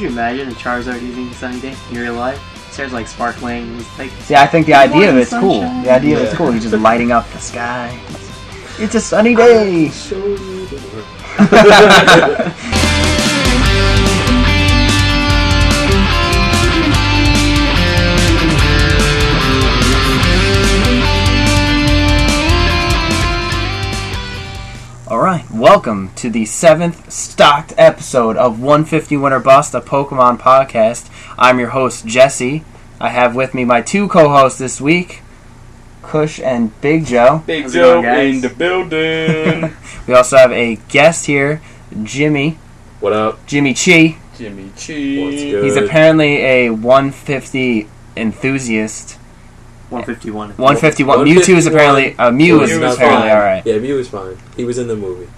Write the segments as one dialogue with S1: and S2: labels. S1: imagine a Charizard using Sunny Day in real life? There's like sparkling, it's like
S2: See, I think the
S1: Good
S2: idea of
S1: morning,
S2: it's cool.
S1: sunshine.
S2: The idea of it's
S3: Yeah.
S2: cool. He's just lighting up the sky. It's a sunny day.
S3: Show you the world.
S2: All right, welcome to the seventh stocked episode of 150 Winter Bust, a Pokemon podcast. I'm your host Jesse. I have with me my two co-hosts this week, Kush and Big Joe.
S3: Big
S1: How's it
S3: Joe
S1: going, guys?
S3: in the building.
S2: We also have a guest here, Jimmy.
S4: What up?
S2: Jimmy Chi.
S3: Jimmy Cheese.
S4: What's good?
S2: He's apparently a 150 enthusiast.
S1: 151.
S2: 151.
S4: 151.
S2: Mewtwo is apparently a Mew
S3: Mew
S2: is
S3: is
S2: apparently
S3: fine.
S2: all right.
S4: Yeah, he was fine. He was in the movie.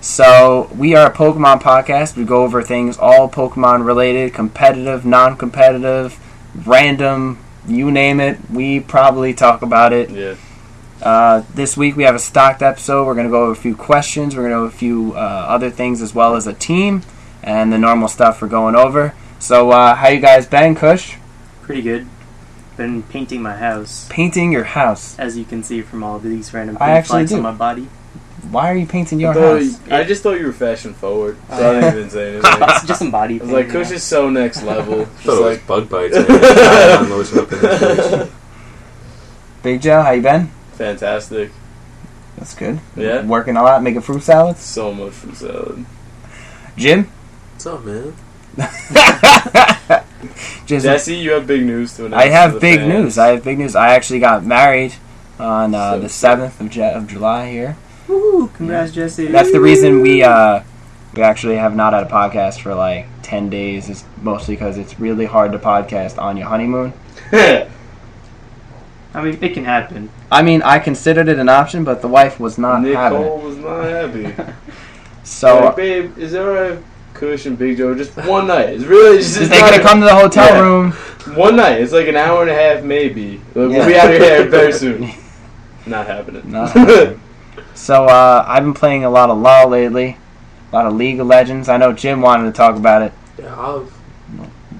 S2: So we are a Pokemon podcast. We go over things all Pokemon related, competitive, non-competitive, random. You name it, we probably talk about it.
S3: Yeah.
S2: Uh, this week we have a stocked episode. We're going to go over a few questions. We're going to go over a few uh, other things as well as a team and the normal stuff we're going over. So, uh, how you guys been, Kush?
S1: Pretty good. Been painting my house,
S2: Painting your house.
S1: as you can see from all of these random
S2: I
S1: pink
S2: actually
S1: flags
S2: do.
S1: on my body.
S2: Why are you painting your
S3: I, thought
S2: house?
S3: you- I just thought you were fashion forward, so
S1: Oh,
S3: I
S1: yeah.
S3: didn't even say anything. I
S1: It's just some body.
S3: was like,
S1: painting,
S3: Kush
S1: yeah.
S3: is so next level.
S4: I
S3: Just
S4: thought it was
S3: like,
S4: bug bites. man. I unloads up in this bitch.
S2: Big Joe, how you been?
S3: fantastic.
S2: That's good.
S3: Yeah.
S2: Working a lot, making fruit salads.
S3: So much from salad.
S2: Jim?
S4: What's up, man?
S2: Jim's
S3: Jesse, you have big news to announce.
S2: I
S3: to the
S2: have big
S3: fans.
S2: news. I have big news. I actually got married on uh,
S3: So
S2: the
S3: sick.
S2: 7th of, Ju- of July here.
S1: Woo, congrats, Jesse.
S2: That's the reason we uh, we actually have not had a podcast for like ten days. Is mostly because it's really hard to podcast on your honeymoon.
S1: I mean, it can happen.
S2: I mean, I considered it an option, but the wife was not having it.
S3: Nicole was not happy.
S2: So
S3: like, babe, is there a Kush and Big Joe just one night? It's really it's just
S2: is they
S3: not
S2: gonna
S3: a-
S2: come to the hotel
S3: Yeah.
S2: room?
S3: One night. It's like an hour and a half, maybe. Like,
S2: Yeah.
S3: We'll be out of here very soon. Not happening.
S2: Not happening. So uh, I've been playing a lot of LOL lately, a lot of League of Legends. I know Jim wanted to talk about it.
S4: Yeah, I've,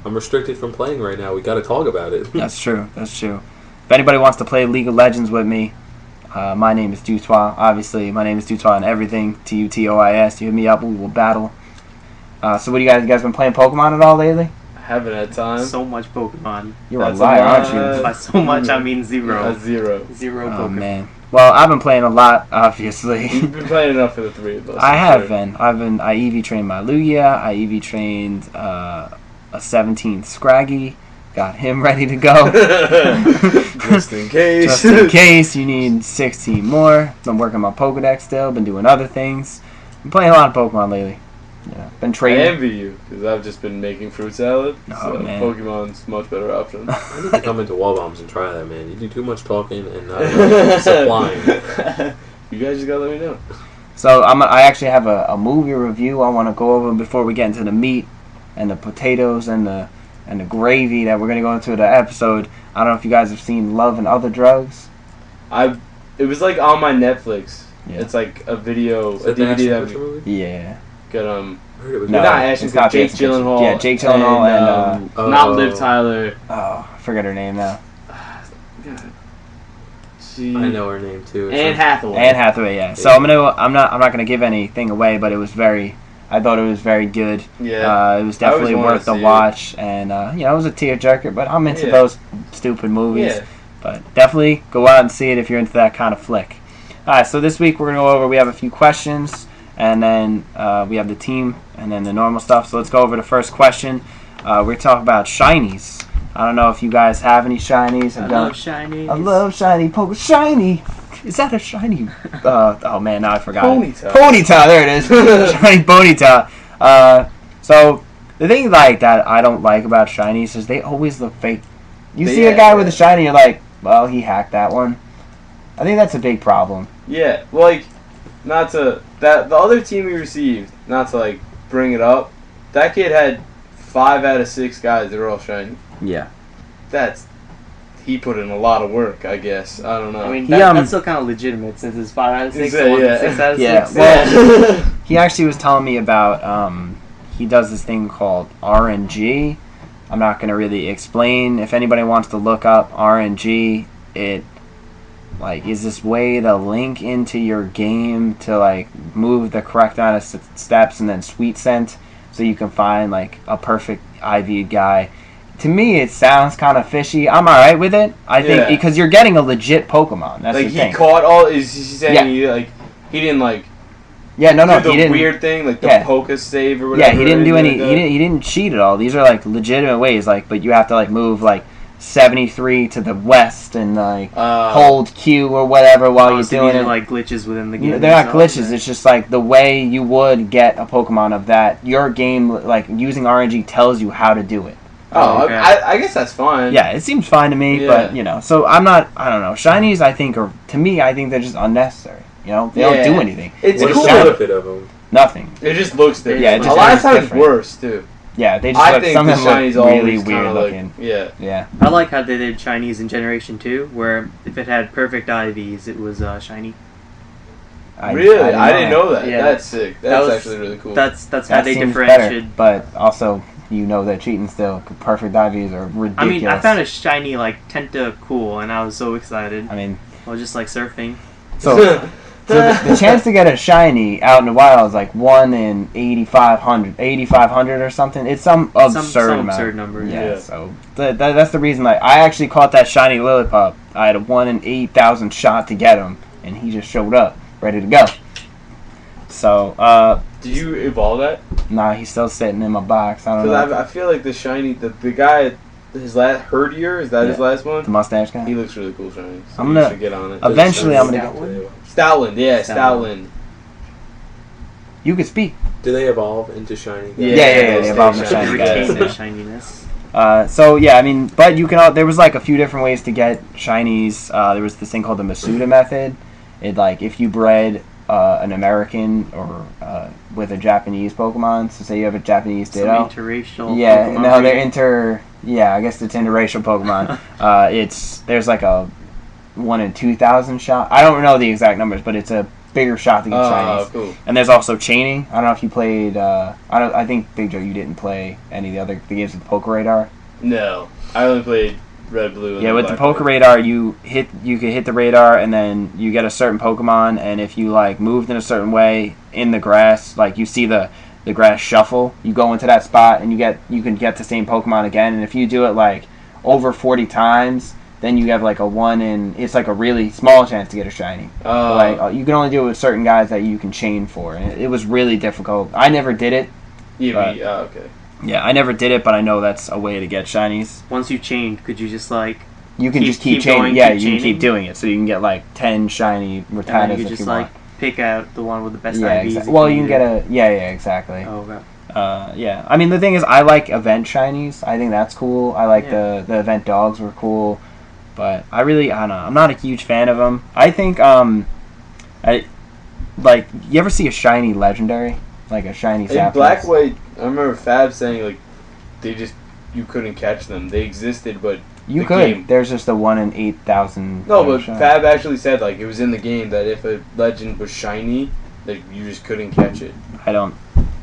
S4: I'm restricted from playing right now. We got to talk about it.
S2: That's true. That's true. If anybody wants to play League of Legends with me, uh, my name is Dutois. Obviously, my name is Dutois and everything. T U T O I S. You hit me up, we will battle. Uh, so, what do you guys? You guys been playing Pokemon at all lately?
S3: I haven't had time.
S1: So much Pokemon.
S2: You're
S3: That's
S2: a liar,
S3: a lie.
S2: aren't you?
S1: By so much, I mean
S3: A
S1: zero.
S3: zero.
S1: Zero
S2: mm. Oh
S1: Pokemon.
S2: man. Well, I've been playing a lot, obviously.
S3: You've been playing enough for the three of us.
S2: I
S3: I'm
S2: have
S3: sure.
S2: been. I've been. I EV trained my Lugia. I EV trained uh, a 17 Scraggy. Got him ready to go.
S3: Just in case.
S2: just in case you need 16 more. Been working my Pokedex still. Been doing other things. Been playing a lot of Pokemon lately. Yeah, been
S3: I
S2: trading.
S3: envy you because I've just been making fruit salad.
S2: Oh,
S3: so
S2: man.
S3: Pokemon's much better option.
S4: I need to come into Wall Bombs and try that, man. You do too much talking and not enough supplying.
S3: you guys just gotta let me know.
S2: So I'm. A, I actually have a, a movie review I want to go over before we get into the meat and the potatoes and the and the gravy that we're gonna go into the episode. I don't know if you guys have seen Love and Other Drugs.
S3: I. It was like on my Netflix.
S2: Yeah.
S3: It's like a video,
S4: Is
S3: a
S4: that the Ashton
S3: DVD that
S4: Kutcher
S3: we
S4: movie?
S2: Yeah.
S3: got um.
S4: I heard it was
S2: No,
S3: No, not Ashton
S2: it's not
S3: Kutcher. Jake
S2: Ashton Kutcher.
S3: Gyllenhaal.
S2: Yeah, Jake Gyllenhaal and,
S3: um,
S4: uh, Oh.
S3: not Liv Tyler.
S2: Oh, I forget her name now.
S3: She,
S4: I know her name too.
S3: Anne Hathaway.
S2: Anne Hathaway. Yeah. So I'm gonna. I'm not. I'm not gonna give anything away, but it was very. I thought it was very good.
S3: Yeah.
S2: Uh, it was
S3: I always
S2: definitely
S3: wanted
S2: worth
S3: to
S2: the
S3: see it.
S2: watch, and uh, you know, it was a tearjerker. But I'm into
S3: Yeah.
S2: those stupid movies.
S3: yeah.
S2: But definitely go out and see it if you're into that kind of flick. All right, so this week we're gonna go over. We have a few questions, and then uh, we have the team, and then the normal stuff. So let's go over the first question. Uh, we're talking about shinies. I don't know if you guys have any shinies.
S1: I
S2: have done-
S1: love shiny.
S2: I love shiny poke shiny. Is that a shiny? Uh, oh man, now I forgot. it.
S3: Ponyta.
S2: Ponyta. There it is. shiny ponyta. Uh, so the thing like that I don't like about shinies is they always look fake. You
S3: They-
S2: see a guy
S3: yeah.
S2: with a shiny, you're like, well, he hacked that one. I think that's a big problem.
S3: Yeah, like not to that the other team we received, not to like bring it up. That kid had five out of six guys that were all shiny.
S2: Yeah.
S3: That's he put in a lot of work, I guess. I don't know.
S1: I mean,
S2: He,
S1: that,
S2: um,
S1: that's still kind of legitimate since it's five out of six,
S3: Exa-
S1: so one
S3: yeah.
S1: six out of
S2: Yeah,
S1: six.
S2: well-
S3: Yeah.
S2: He actually was telling me about um, he does this thing called RNG. I'm not going to really explain. If anybody wants to look up RNG, it like is this way to link into your game to like move the correct amount of s- steps and then sweet scent so you can find like a perfect IV guy. To me, it sounds kind of fishy. I'm all right with it. I think
S3: Yeah.
S2: because you're getting a legit Pokemon. That's
S3: like
S2: the
S3: he
S2: thing.
S3: caught all. Is he saying
S2: Yeah.
S3: he like he didn't like
S2: yeah, no, no,
S3: do
S2: he
S3: the
S2: didn't.
S3: weird thing like the
S2: Yeah.
S3: poker save or whatever?
S2: yeah, he didn't do
S3: or
S2: any.
S3: anything
S2: he
S3: like
S2: didn't. He didn't cheat at all. These are like legitimate ways. Like, but you have to like move like 73 to the west and like
S3: that? Uh,
S2: hold Q or whatever while
S1: Oh,
S2: you're
S1: so
S2: doing
S1: these
S2: it.
S1: are like glitches within the game.
S2: You know, they're not
S1: themselves,
S2: glitches.
S1: then?
S2: It's just like the way you would get a Pokemon of that. Your game, like using RNG, tells you how to do it.
S3: Oh,
S1: Okay.
S3: I, I, I guess that's fine.
S2: Yeah, it seems fine to me, but
S3: Yeah.
S2: you know, so I'm not. I don't know. Shinies, I think, are to me, I think they're just unnecessary. You know, they
S3: Yeah.
S2: don't do anything.
S3: It's
S4: What is
S3: cool.
S4: the benefit of them?
S2: Nothing.
S3: It just looks different.
S2: Yeah, it
S3: a
S2: just
S3: lot of
S2: looks
S3: times
S2: different.
S3: worse too.
S2: Yeah, they just
S3: I
S2: look,
S3: think
S2: some
S3: the
S2: of them
S3: shinies
S2: look really
S3: always kind
S2: weird
S3: of
S2: looking.
S3: like yeah.
S2: yeah,
S1: I like how they did Chinese in Generation 2, where if it had perfect IVs, it was uh, shiny.
S3: really, I
S2: that.
S3: didn't know that.
S1: Yeah.
S3: That's sick. That's
S1: was-
S3: actually really cool.
S1: That's that's how
S2: That
S1: they
S2: seems
S1: differentiated.
S2: better, but also you know they're cheating still. Perfect IVs are ridiculous.
S1: I mean, I found a shiny like Tenta cool, and I was so excited.
S2: I mean,
S1: I was just like surfing.
S2: so So the, the chance to get a shiny out in the wild is like one in 8,500, 8,500 or something. It's some absurd
S1: some some
S2: amount.
S1: absurd number.
S2: Yeah,
S3: Yeah.
S2: so th- th- that's the reason. Like, I actually caught that shiny Lillipop. I had a one in eight thousand shot to get him, and he just showed up ready to go. So, uh,
S3: Did you evolve that?
S2: nah, he's still sitting in my box. I don't know.
S3: Because I, I feel like the shiny, the, the guy, his last herdier is that his
S2: Yeah.
S3: last
S2: the
S3: one?
S2: mustache guy.
S3: He looks really cool, shiny. So
S2: I'm
S3: you
S2: gonna-
S3: should get on it.
S2: Eventually, I'm gonna
S1: That one?
S3: Stoutland, yeah, Stoutland.
S1: Stoutland.
S2: You could speak.
S4: Do they evolve into shiny?
S2: yeah,
S3: Yeah,
S2: yeah,
S3: those
S2: they evolve
S3: stay
S2: into shiny
S1: Retain
S2: guys.
S1: their shininess.
S2: Uh, so yeah, I mean, but you can. All, there was like a few different ways to get shinies. Uh, there was this thing called the Masuda method. It like if you bred uh, an American or uh, with a Japanese Pokemon. So say you have a Japanese
S1: Some
S2: Ditto.
S1: interracial.
S2: Yeah,
S1: Pokemon
S2: no, they're
S1: breeding.
S2: inter. Yeah, I guess it's interracial Pokemon. uh, it's there's like a one in two thousand shot. I don't know the exact numbers, but it's a bigger shot to get shinies.
S3: Oh, cool.
S2: And there's also chaining. I don't know if you played. Uh, I don't. I think Big Joe, you didn't play any of the other the games with Poke Radar.
S3: No, I only played Red Blue. And
S2: Yeah, with the
S3: Black
S2: poker
S3: Red.
S2: radar, you hit you can hit the radar, and then you get a certain Pokemon, and if you like moved in a certain way in the grass, like you see the the grass shuffle, you go into that spot, and you get you can get the same Pokemon again, and if you do it like over forty times, then you have like a one in it's like a really small chance to get a shiny.
S3: Oh,
S2: like uh, you can only do it with certain guys that you can chain for, and it, it was really difficult. I never did it.
S3: yeah, we- oh, okay.
S2: Yeah, I never did it, but I know that's a way to get shinies.
S1: Once you chained, could you just like
S2: You can
S1: Keep-
S2: just keep,
S1: keep
S2: chaining.
S1: going,
S2: yeah,
S1: keep
S2: you can keep
S1: chaining.
S2: doing it. So you can get like ten shiny
S1: and
S2: Rattatas
S1: then you
S2: if
S1: could just
S2: you
S1: like
S2: want.
S1: pick out the one with the best
S2: yeah,
S1: IVs?
S2: exactly. Well, you can get a yeah, yeah, exactly.
S1: Oh, okay.
S2: Uh, yeah, I mean the thing is, I like event shinies. I think that's cool. I like the the event dogs were cool, but I really I don't know. I'm not a huge fan of them. I think um, I like you ever see a shiny legendary like a shiny
S3: In
S2: Zapdos?
S3: Black White, I remember Fab saying like they just you couldn't catch them. They existed, but
S2: you
S3: the
S2: could.
S3: game.
S2: There's just a one in eight thousand.
S3: no. But Fab actually said like it was in the game that if a legend was shiny, like you just couldn't catch it.
S2: I don't.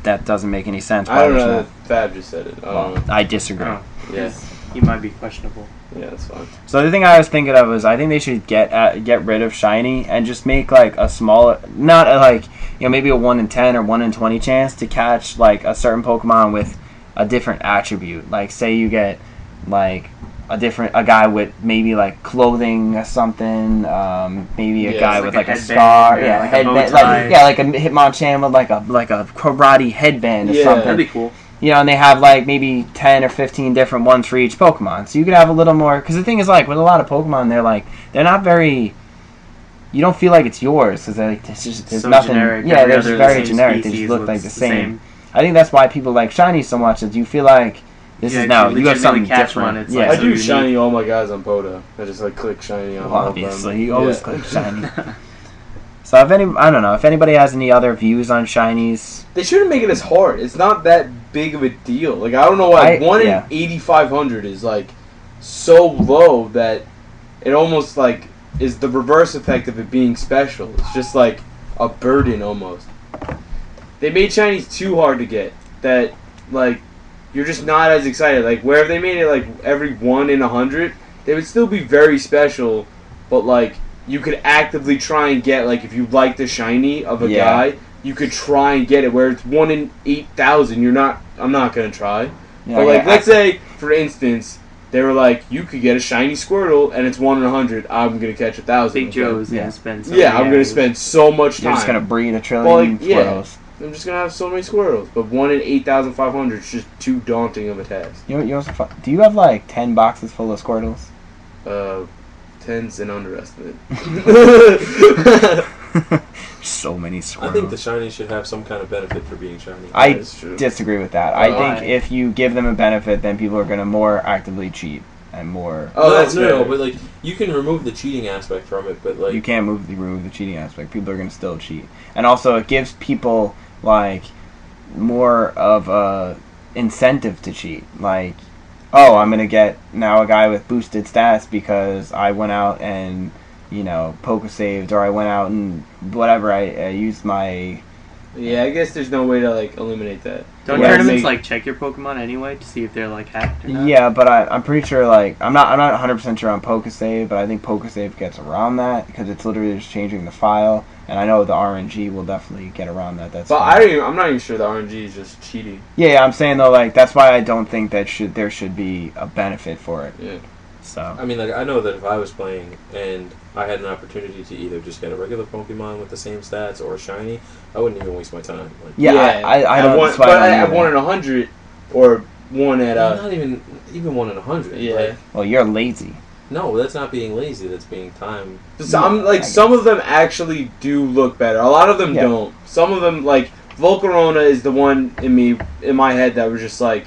S2: That doesn't make any sense.
S3: I don't
S2: Why would
S3: know.
S2: you
S3: That Fab just said it. I don't
S2: Well,
S3: know.
S2: I disagree.
S1: Oh,
S3: Yeah,
S1: he might be questionable.
S3: yeah, that's fine.
S2: So the thing I was thinking of was I think they should get uh, get rid of shiny and just make like a smaller, not a, like you know maybe a one in ten or one in twenty chance to catch like a certain Pokemon with a different attribute. Like say you get like a different a guy with maybe like clothing or something, um, maybe a
S3: Yeah,
S2: guy
S3: it's
S2: with
S1: like
S2: like
S1: a
S2: a,
S1: headband,
S2: scar,
S1: yeah,
S2: yeah,
S1: like a bow
S2: headband,
S1: tie.
S2: like yeah, like a Hitmonchan with like a like a karate headband or
S3: Yeah.
S2: something
S1: That'd be cool.
S2: you know, and they have like maybe ten or fifteen different ones for each Pokemon. So you could have a little more. Because the thing is, like with a lot of Pokemon, they're like they're not very. You don't feel like it's yours because like, it's just there's
S1: so
S2: nothing.
S1: generic.
S2: Yeah,
S1: every
S2: they're just
S1: other of the
S2: very
S1: same
S2: generic. They
S1: species
S2: just look
S1: looks
S2: like the same. I think that's why people like shiny so much. Is you feel like this
S1: Yeah,
S2: is now
S1: you
S2: you have
S1: legitimately
S2: something
S1: catch
S2: different.
S1: one, it's
S2: yeah,
S1: like-
S3: I
S1: so
S3: do
S1: unique.
S3: shiny all my guys on Poda. I just like click shiny on
S2: Well,
S3: all of them.
S2: obviously you always
S3: Yeah.
S2: click shiny. so if any, I don't know if anybody has any other views on shinies.
S3: They shouldn't make it as hard. It's not that big of a deal. Like I don't know why
S2: I-
S3: one
S2: yeah.
S3: in eighty five hundred is like so low that it almost like is the reverse effect of it being special. It's just like a burden almost. They made Chinese too hard to get. That like you're just not as excited. Like where if they made it like every one in a hundred, they would still be very special, but like you could actively try and get like if you like the shiny of a
S2: Yeah.
S3: guy, you could try and get it. Where it's one in eight thousand, you're not. I'm not gonna try.
S2: Yeah,
S3: but
S2: yeah,
S3: like,
S2: I-
S3: let's say for instance, they were like, you could get a shiny Squirtle, and it's one in a hundred. I'm gonna catch a thousand.
S1: Big Joe is
S2: Yeah.
S1: gonna spend. So
S3: Yeah,
S1: many
S3: I'm gonna
S1: hours.
S3: spend so much time.
S2: You're just gonna breed a trillion
S3: Well, like, yeah.
S2: squirrels.
S3: I'm just gonna have so many squirrels, but one in eight thousand five hundred is just too daunting of a task.
S2: You, you also, fu- do you have like ten boxes full of squirtles?
S3: Uh, tens an underestimate.
S2: so many squirtles.
S4: I think the shiny should have some kind of benefit for being shiny.
S2: I
S3: That is true.
S2: disagree with that. I
S1: Why?
S2: think if you give them a benefit, then people are going to more actively cheat and more.
S3: oh,
S4: no,
S3: that's
S4: no,
S3: fair.
S4: no, but like you can remove the cheating aspect from it, but Oh, like
S2: you can't move the remove the cheating aspect. People are going to still cheat, and also it gives people like more of a incentive to cheat. Like, oh, I'm going to get now a guy with boosted stats because I went out and you know poker saved, or I went out and whatever. I, I used my
S3: yeah, I guess there's no way to like eliminate that.
S1: Don't
S2: Yeah,
S1: tournaments
S3: make-
S1: like check your Pokemon anyway to see if they're like hacked or not?
S2: Yeah, but I, I'm pretty sure. Like, I'm not. I'm not 100 percent sure on PokeSave, but I think PokeSave gets around that because it's literally just changing the file. And I know the RNG will definitely get around that. That's.
S3: But
S2: fine.
S3: I don't even, I'm not even sure the RNG is just cheating.
S2: yeah, yeah, I'm saying though, like that's why I don't think that should there should be a benefit for it.
S3: Yeah.
S2: So
S4: I mean, like I know that if I was playing and I had an opportunity to either just get a regular Pokemon with the same stats or a shiny, I wouldn't even waste my time. Like,
S2: yeah, I, I, I don't.
S3: want,
S2: that's why
S3: but
S2: I
S3: I,
S2: don't
S3: I wanted
S2: either.
S3: a hundred or one at uh.
S4: not even even one in a hundred.
S3: Yeah.
S4: like,
S2: Well, you're lazy.
S4: no, that's not being lazy. That's being time.
S3: Some like some of them actually do look better. A lot of them
S2: Yeah.
S3: don't. Some of them like Volcarona is the one in me in my head that was just like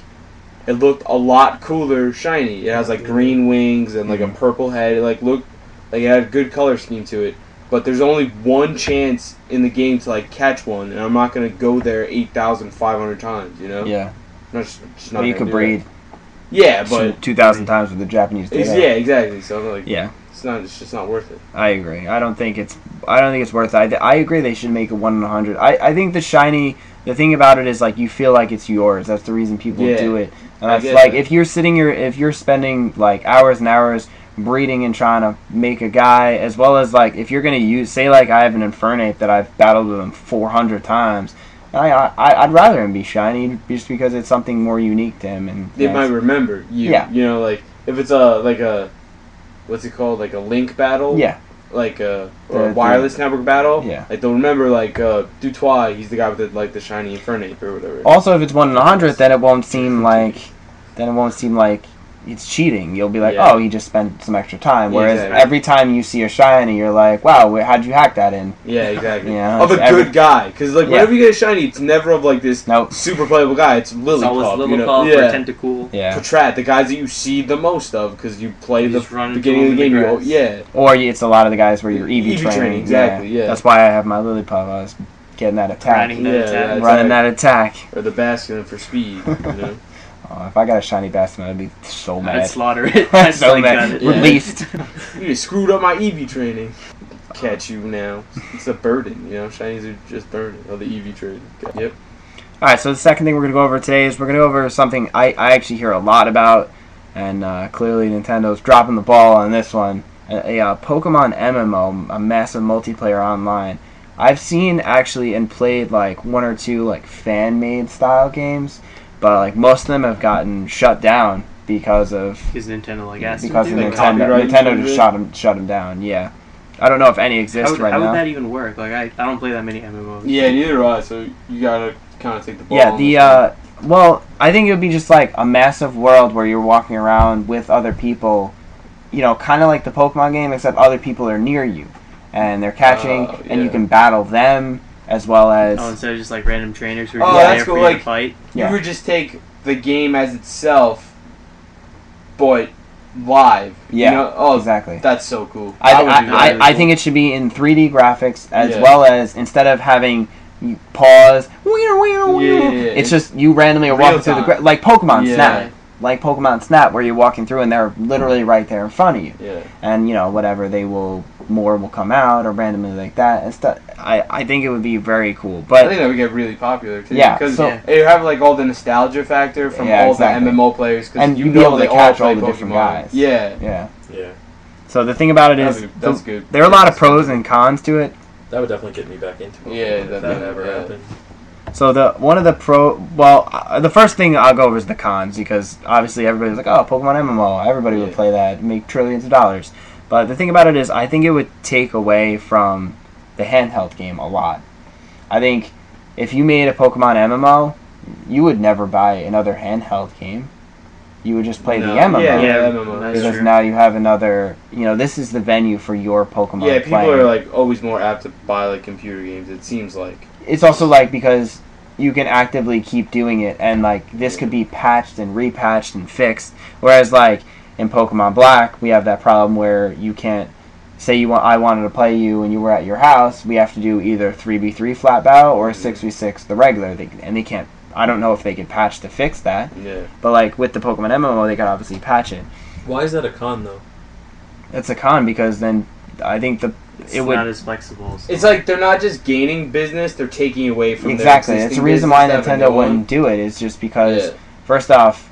S3: it looked a lot cooler shiny. It has like green wings and like a
S2: Mhm.
S3: purple head. It like looked like it had a good color scheme to it. But there's only one chance in the game to like catch one, and I'm not gonna go there eight thousand five hundred times. You know,
S2: Yeah,
S3: I'm just, just not
S2: well, you
S3: gonna
S2: could
S3: do that.
S2: breed
S3: Yeah, but
S2: two thousand times with the Japanese
S3: it's,
S2: data.
S3: yeah, exactly. So I'm like,
S2: Yeah.
S3: it's not. It's just not worth it.
S2: I agree. I don't think it's. I don't think it's worth. It. I, I agree. They should make it one in a hundred. I, I think the shiny. The thing about it is like you feel like it's yours. That's the reason people
S3: Yeah.
S2: do it. And
S3: I
S2: that's
S3: get
S2: like
S3: that.
S2: if you're sitting here, if you're spending like hours and hours breeding and trying to make a guy, as well as like if you're gonna use, say like I have an Infernape that I've battled with him 400 times. I, I I'd rather him be shiny just because it's something more unique to him. And
S3: they might remember you.
S2: Yeah.
S3: You know, like if it's a like a what's it called, like a link battle,
S2: yeah,
S3: like a or
S2: The-
S3: a wireless network battle,
S2: Yeah.
S3: Like they'll remember like uh, Dutois, he's the guy with the, like the shiny Infernape or whatever.
S2: Also, if it's one in a hundred, then it won't seem like then it won't seem like it's cheating. You'll be like,
S3: Yeah.
S2: oh, he just spent some extra time.
S3: Yeah,
S2: Whereas
S3: exactly.
S2: every time you see a shiny, you're like, wow, wh- how'd you hack that in?
S3: yeah, exactly.
S2: Yeah,
S3: of a
S2: it's every-
S3: good guy, because like
S2: Yeah.
S3: whenever you get a shiny, it's never of like this
S2: Nope.
S3: super playable guy. It's
S1: It's
S3: Lily
S1: always
S3: Pop,
S1: Lily
S3: you know?
S1: Pop
S3: yeah.
S1: or Tentacool.
S2: Yeah.
S3: Patrat, the guys that you see the most of because you play
S1: You
S3: the
S1: just run into
S3: beginning of the
S1: them in
S3: game.
S1: the
S3: you go,
S1: grass.
S3: yeah,
S2: Or y- it's a lot of the guys where you're E EV,
S3: EV E training, exactly, yeah.
S2: That's why I have my lily pup. I was getting that attack,
S1: Grinding
S2: running,
S1: that
S3: Yeah,
S1: attack.
S3: that's-
S2: that attack.
S3: or the Bastion for speed. You know?
S2: Oh, if I got a shiny bastion, I'd be so
S1: I'd
S2: mad.
S1: slaughter it. I'd
S2: so
S1: like gun
S2: mad.
S1: it.
S3: Yeah.
S2: Released.
S3: You just screwed up my EV training. Catch you now. It's a burden, you know. Shinies are just burden of the E EV trade. Yep.
S2: All right, so the second thing we're going to go over today is we're going to go over something I, I actually hear a lot about, and uh, clearly Nintendo's dropping the ball on this one. A, a, uh, Pokemon MMO, a massive multiplayer online. I've seen actually and played like one or two like fan made style games, but like most of them have gotten shut down because of
S1: Because Nintendo like asked
S2: because
S1: them
S2: of
S1: to.
S3: like
S2: Nintendo.
S3: copyright
S2: Nintendo
S3: infringement?
S2: just shut them shut 'em down. Yeah, I don't know if any exist
S1: How would,
S2: right
S1: how would
S2: now.
S1: that even work? Like I, I don't play that many MMOs.
S3: Yeah, neither do I. So you gotta kind of take the ball.
S2: Yeah, the uh, well, I think it would be just like a massive world where you're walking around with other people, you know, kind of like the Pokemon game, except other people are near you and they're catching,
S3: Oh,
S2: and you
S3: yeah.
S2: can battle them as well as
S1: Oh, instead of just like random trainers who are
S3: Oh,
S1: just
S3: that's
S1: there for
S3: cool,
S1: you
S3: like-
S1: to fight.
S2: yeah.
S3: you would just take the game as itself, but live.
S2: Yeah,
S3: You know? Oh,
S2: exactly.
S3: that's so cool.
S2: I,
S3: That would be
S2: I,
S3: really
S2: I, I
S3: cool.
S2: think it should be in 3D graphics as
S3: Yeah.
S2: well as instead of having you pause, wheer, wheer, wheer,
S3: Yeah, yeah, yeah.
S2: it's just you randomly are walking
S3: Real
S2: through the
S3: time.
S2: gra- like Pokemon
S3: Yeah.
S2: Snap. like Pokemon Snap, where you're walking through and they're literally right there in front of you.
S3: Yeah.
S2: And you know whatever they will more will come out or randomly like that and stuff. I I think it would be very cool,
S3: I
S2: but
S3: think that would get really popular too.
S2: Yeah,
S3: because
S2: so-
S3: you have like all the nostalgia factor from
S2: Yeah,
S3: all
S2: exactly.
S3: the MMO players, 'cause
S2: And
S3: you
S2: you'd
S3: know
S2: be able to
S3: they all
S2: catch all
S3: play
S2: the different
S3: Pokemon.
S2: guys.
S3: Yeah,
S2: yeah.
S4: Yeah,
S2: So the thing about it is,
S3: That'd be- that's good.
S2: there are a lot of pros and cons to it.
S4: that would definitely get me back into Pokemon
S3: Yeah,
S4: if that,
S3: that- yeah.
S4: ever happened.
S2: So the one of the pro, well, uh, the first thing I'll go over is the cons because obviously everybody's like, oh, Pokemon MMO, everybody would
S3: Yeah.
S2: play that, make trillions of dollars. But the thing about it is, I think it would take away from the handheld game a lot. I think if you made a Pokemon MMO, you would never buy another handheld game. You would just play
S3: No,
S2: the MMO.
S3: Yeah,
S1: Yeah,
S3: MMO.
S1: that's
S2: Because
S1: true.
S2: now you have another, you know, this is the venue for your Pokemon.
S3: yeah. People
S2: playing.
S3: are like always more apt to buy like computer games. It seems like
S2: it's also like because you can actively keep doing it and like this could be patched and repatched and fixed whereas like in pokemon black we have that problem where you can't say you want i wanted to play you and you were at your house we have to do either 3v3 flat battle or 6v6 the regular they, and they can't i don't know if they could patch to fix that
S3: yeah.
S2: but like with the pokemon mmo they could obviously patch it
S4: Why is that a con though?
S2: it's a con because then i think the
S1: It's
S2: it would
S1: not as flexible. as-
S3: It's like they're not just gaining business; they're taking away from
S2: exactly
S3: Their
S2: it's the
S3: existing
S2: reason why
S3: business, having
S2: nintendo
S3: no one-
S2: wouldn't do it it's just because
S3: Yeah,
S2: First off,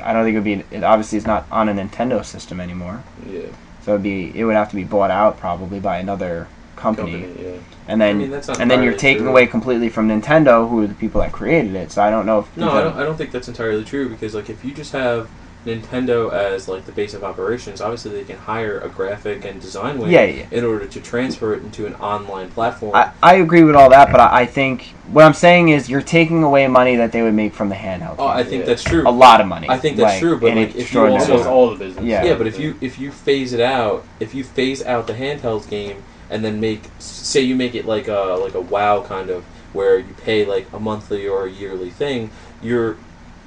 S2: I don't think it would be. It obviously, it's not on a Nintendo system anymore,
S3: yeah.
S2: so it'd be. It would have to be bought out probably by another company,
S3: Company, yeah.
S2: and then
S4: I mean, that's not
S2: and then you're
S4: entirely
S2: taking
S4: true.
S2: away completely from Nintendo, who are the people that created it. So I don't know if
S4: No, I
S2: Nintendo-
S4: don't, I don't think that's entirely true because like if you just have Nintendo as like the base of operations, obviously they can hire a graphic and design wing
S2: Yeah, yeah.
S4: in order to transfer it into an online platform.
S2: I, I agree with all that, but I, I think what I'm saying is you're taking away money that they would make from the handheld.
S4: oh, I
S2: game.
S4: think
S3: Yeah.
S4: that's true.
S2: a lot of money.
S4: I think that's true, but,
S2: in
S4: like, if you
S2: extraordinary
S4: also-
S3: Almost
S2: amount.
S3: all the business.
S2: Yeah.
S4: Yeah, but if you if you phase it out, if you phase out the handheld game and then make say you make it like a like a WoW kind of where you pay like a monthly or a yearly thing, you're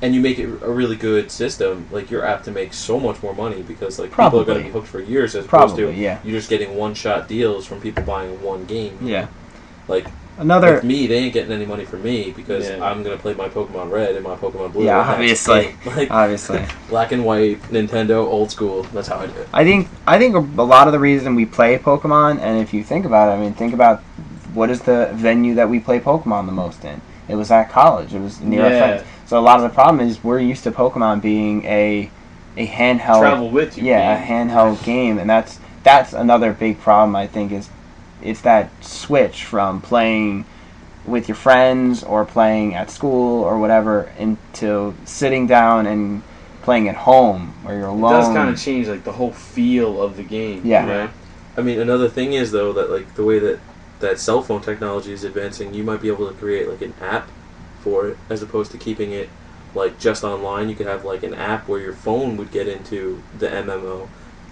S4: and you make it a really good system, like you're apt to make so much more money because like people are going
S2: Probably.
S4: to be hooked for years as opposed
S2: probably
S4: to
S2: yeah,
S4: you're just getting one shot deals from people buying one game.
S2: yeah.
S4: Like
S2: Another
S4: with me, they ain't getting any money from me because
S3: Yeah.
S4: I'm gonna play my Pokemon Red and my Pokemon Blue.
S2: Yeah,
S4: and that's
S2: obviously.
S4: it. like
S2: obviously.
S4: black and white, Nintendo, old school. That's how I do it.
S2: I think I think a lot of the reason we play Pokemon, and if you think about it, I mean, think about what is the venue that we play Pokemon the most in. It was at college. It was near our
S3: Yeah.
S2: friends. So a lot of the problem is we're used to Pokemon being a a handheld,
S3: travel with you.
S2: yeah, a
S3: man.
S2: handheld game, and that's that's another big problem I think is it's that switch from playing with your friends or playing at school or whatever into sitting down and playing at home where you're
S3: It
S2: alone.
S3: does kind of change like the whole feel of the game.
S2: Yeah.
S3: Right?
S4: I mean, another thing is though that like the way that that cell phone technology is advancing, you might be able to create like an app for it as opposed to keeping it like just online. You could have like an app where your phone would get into the MMO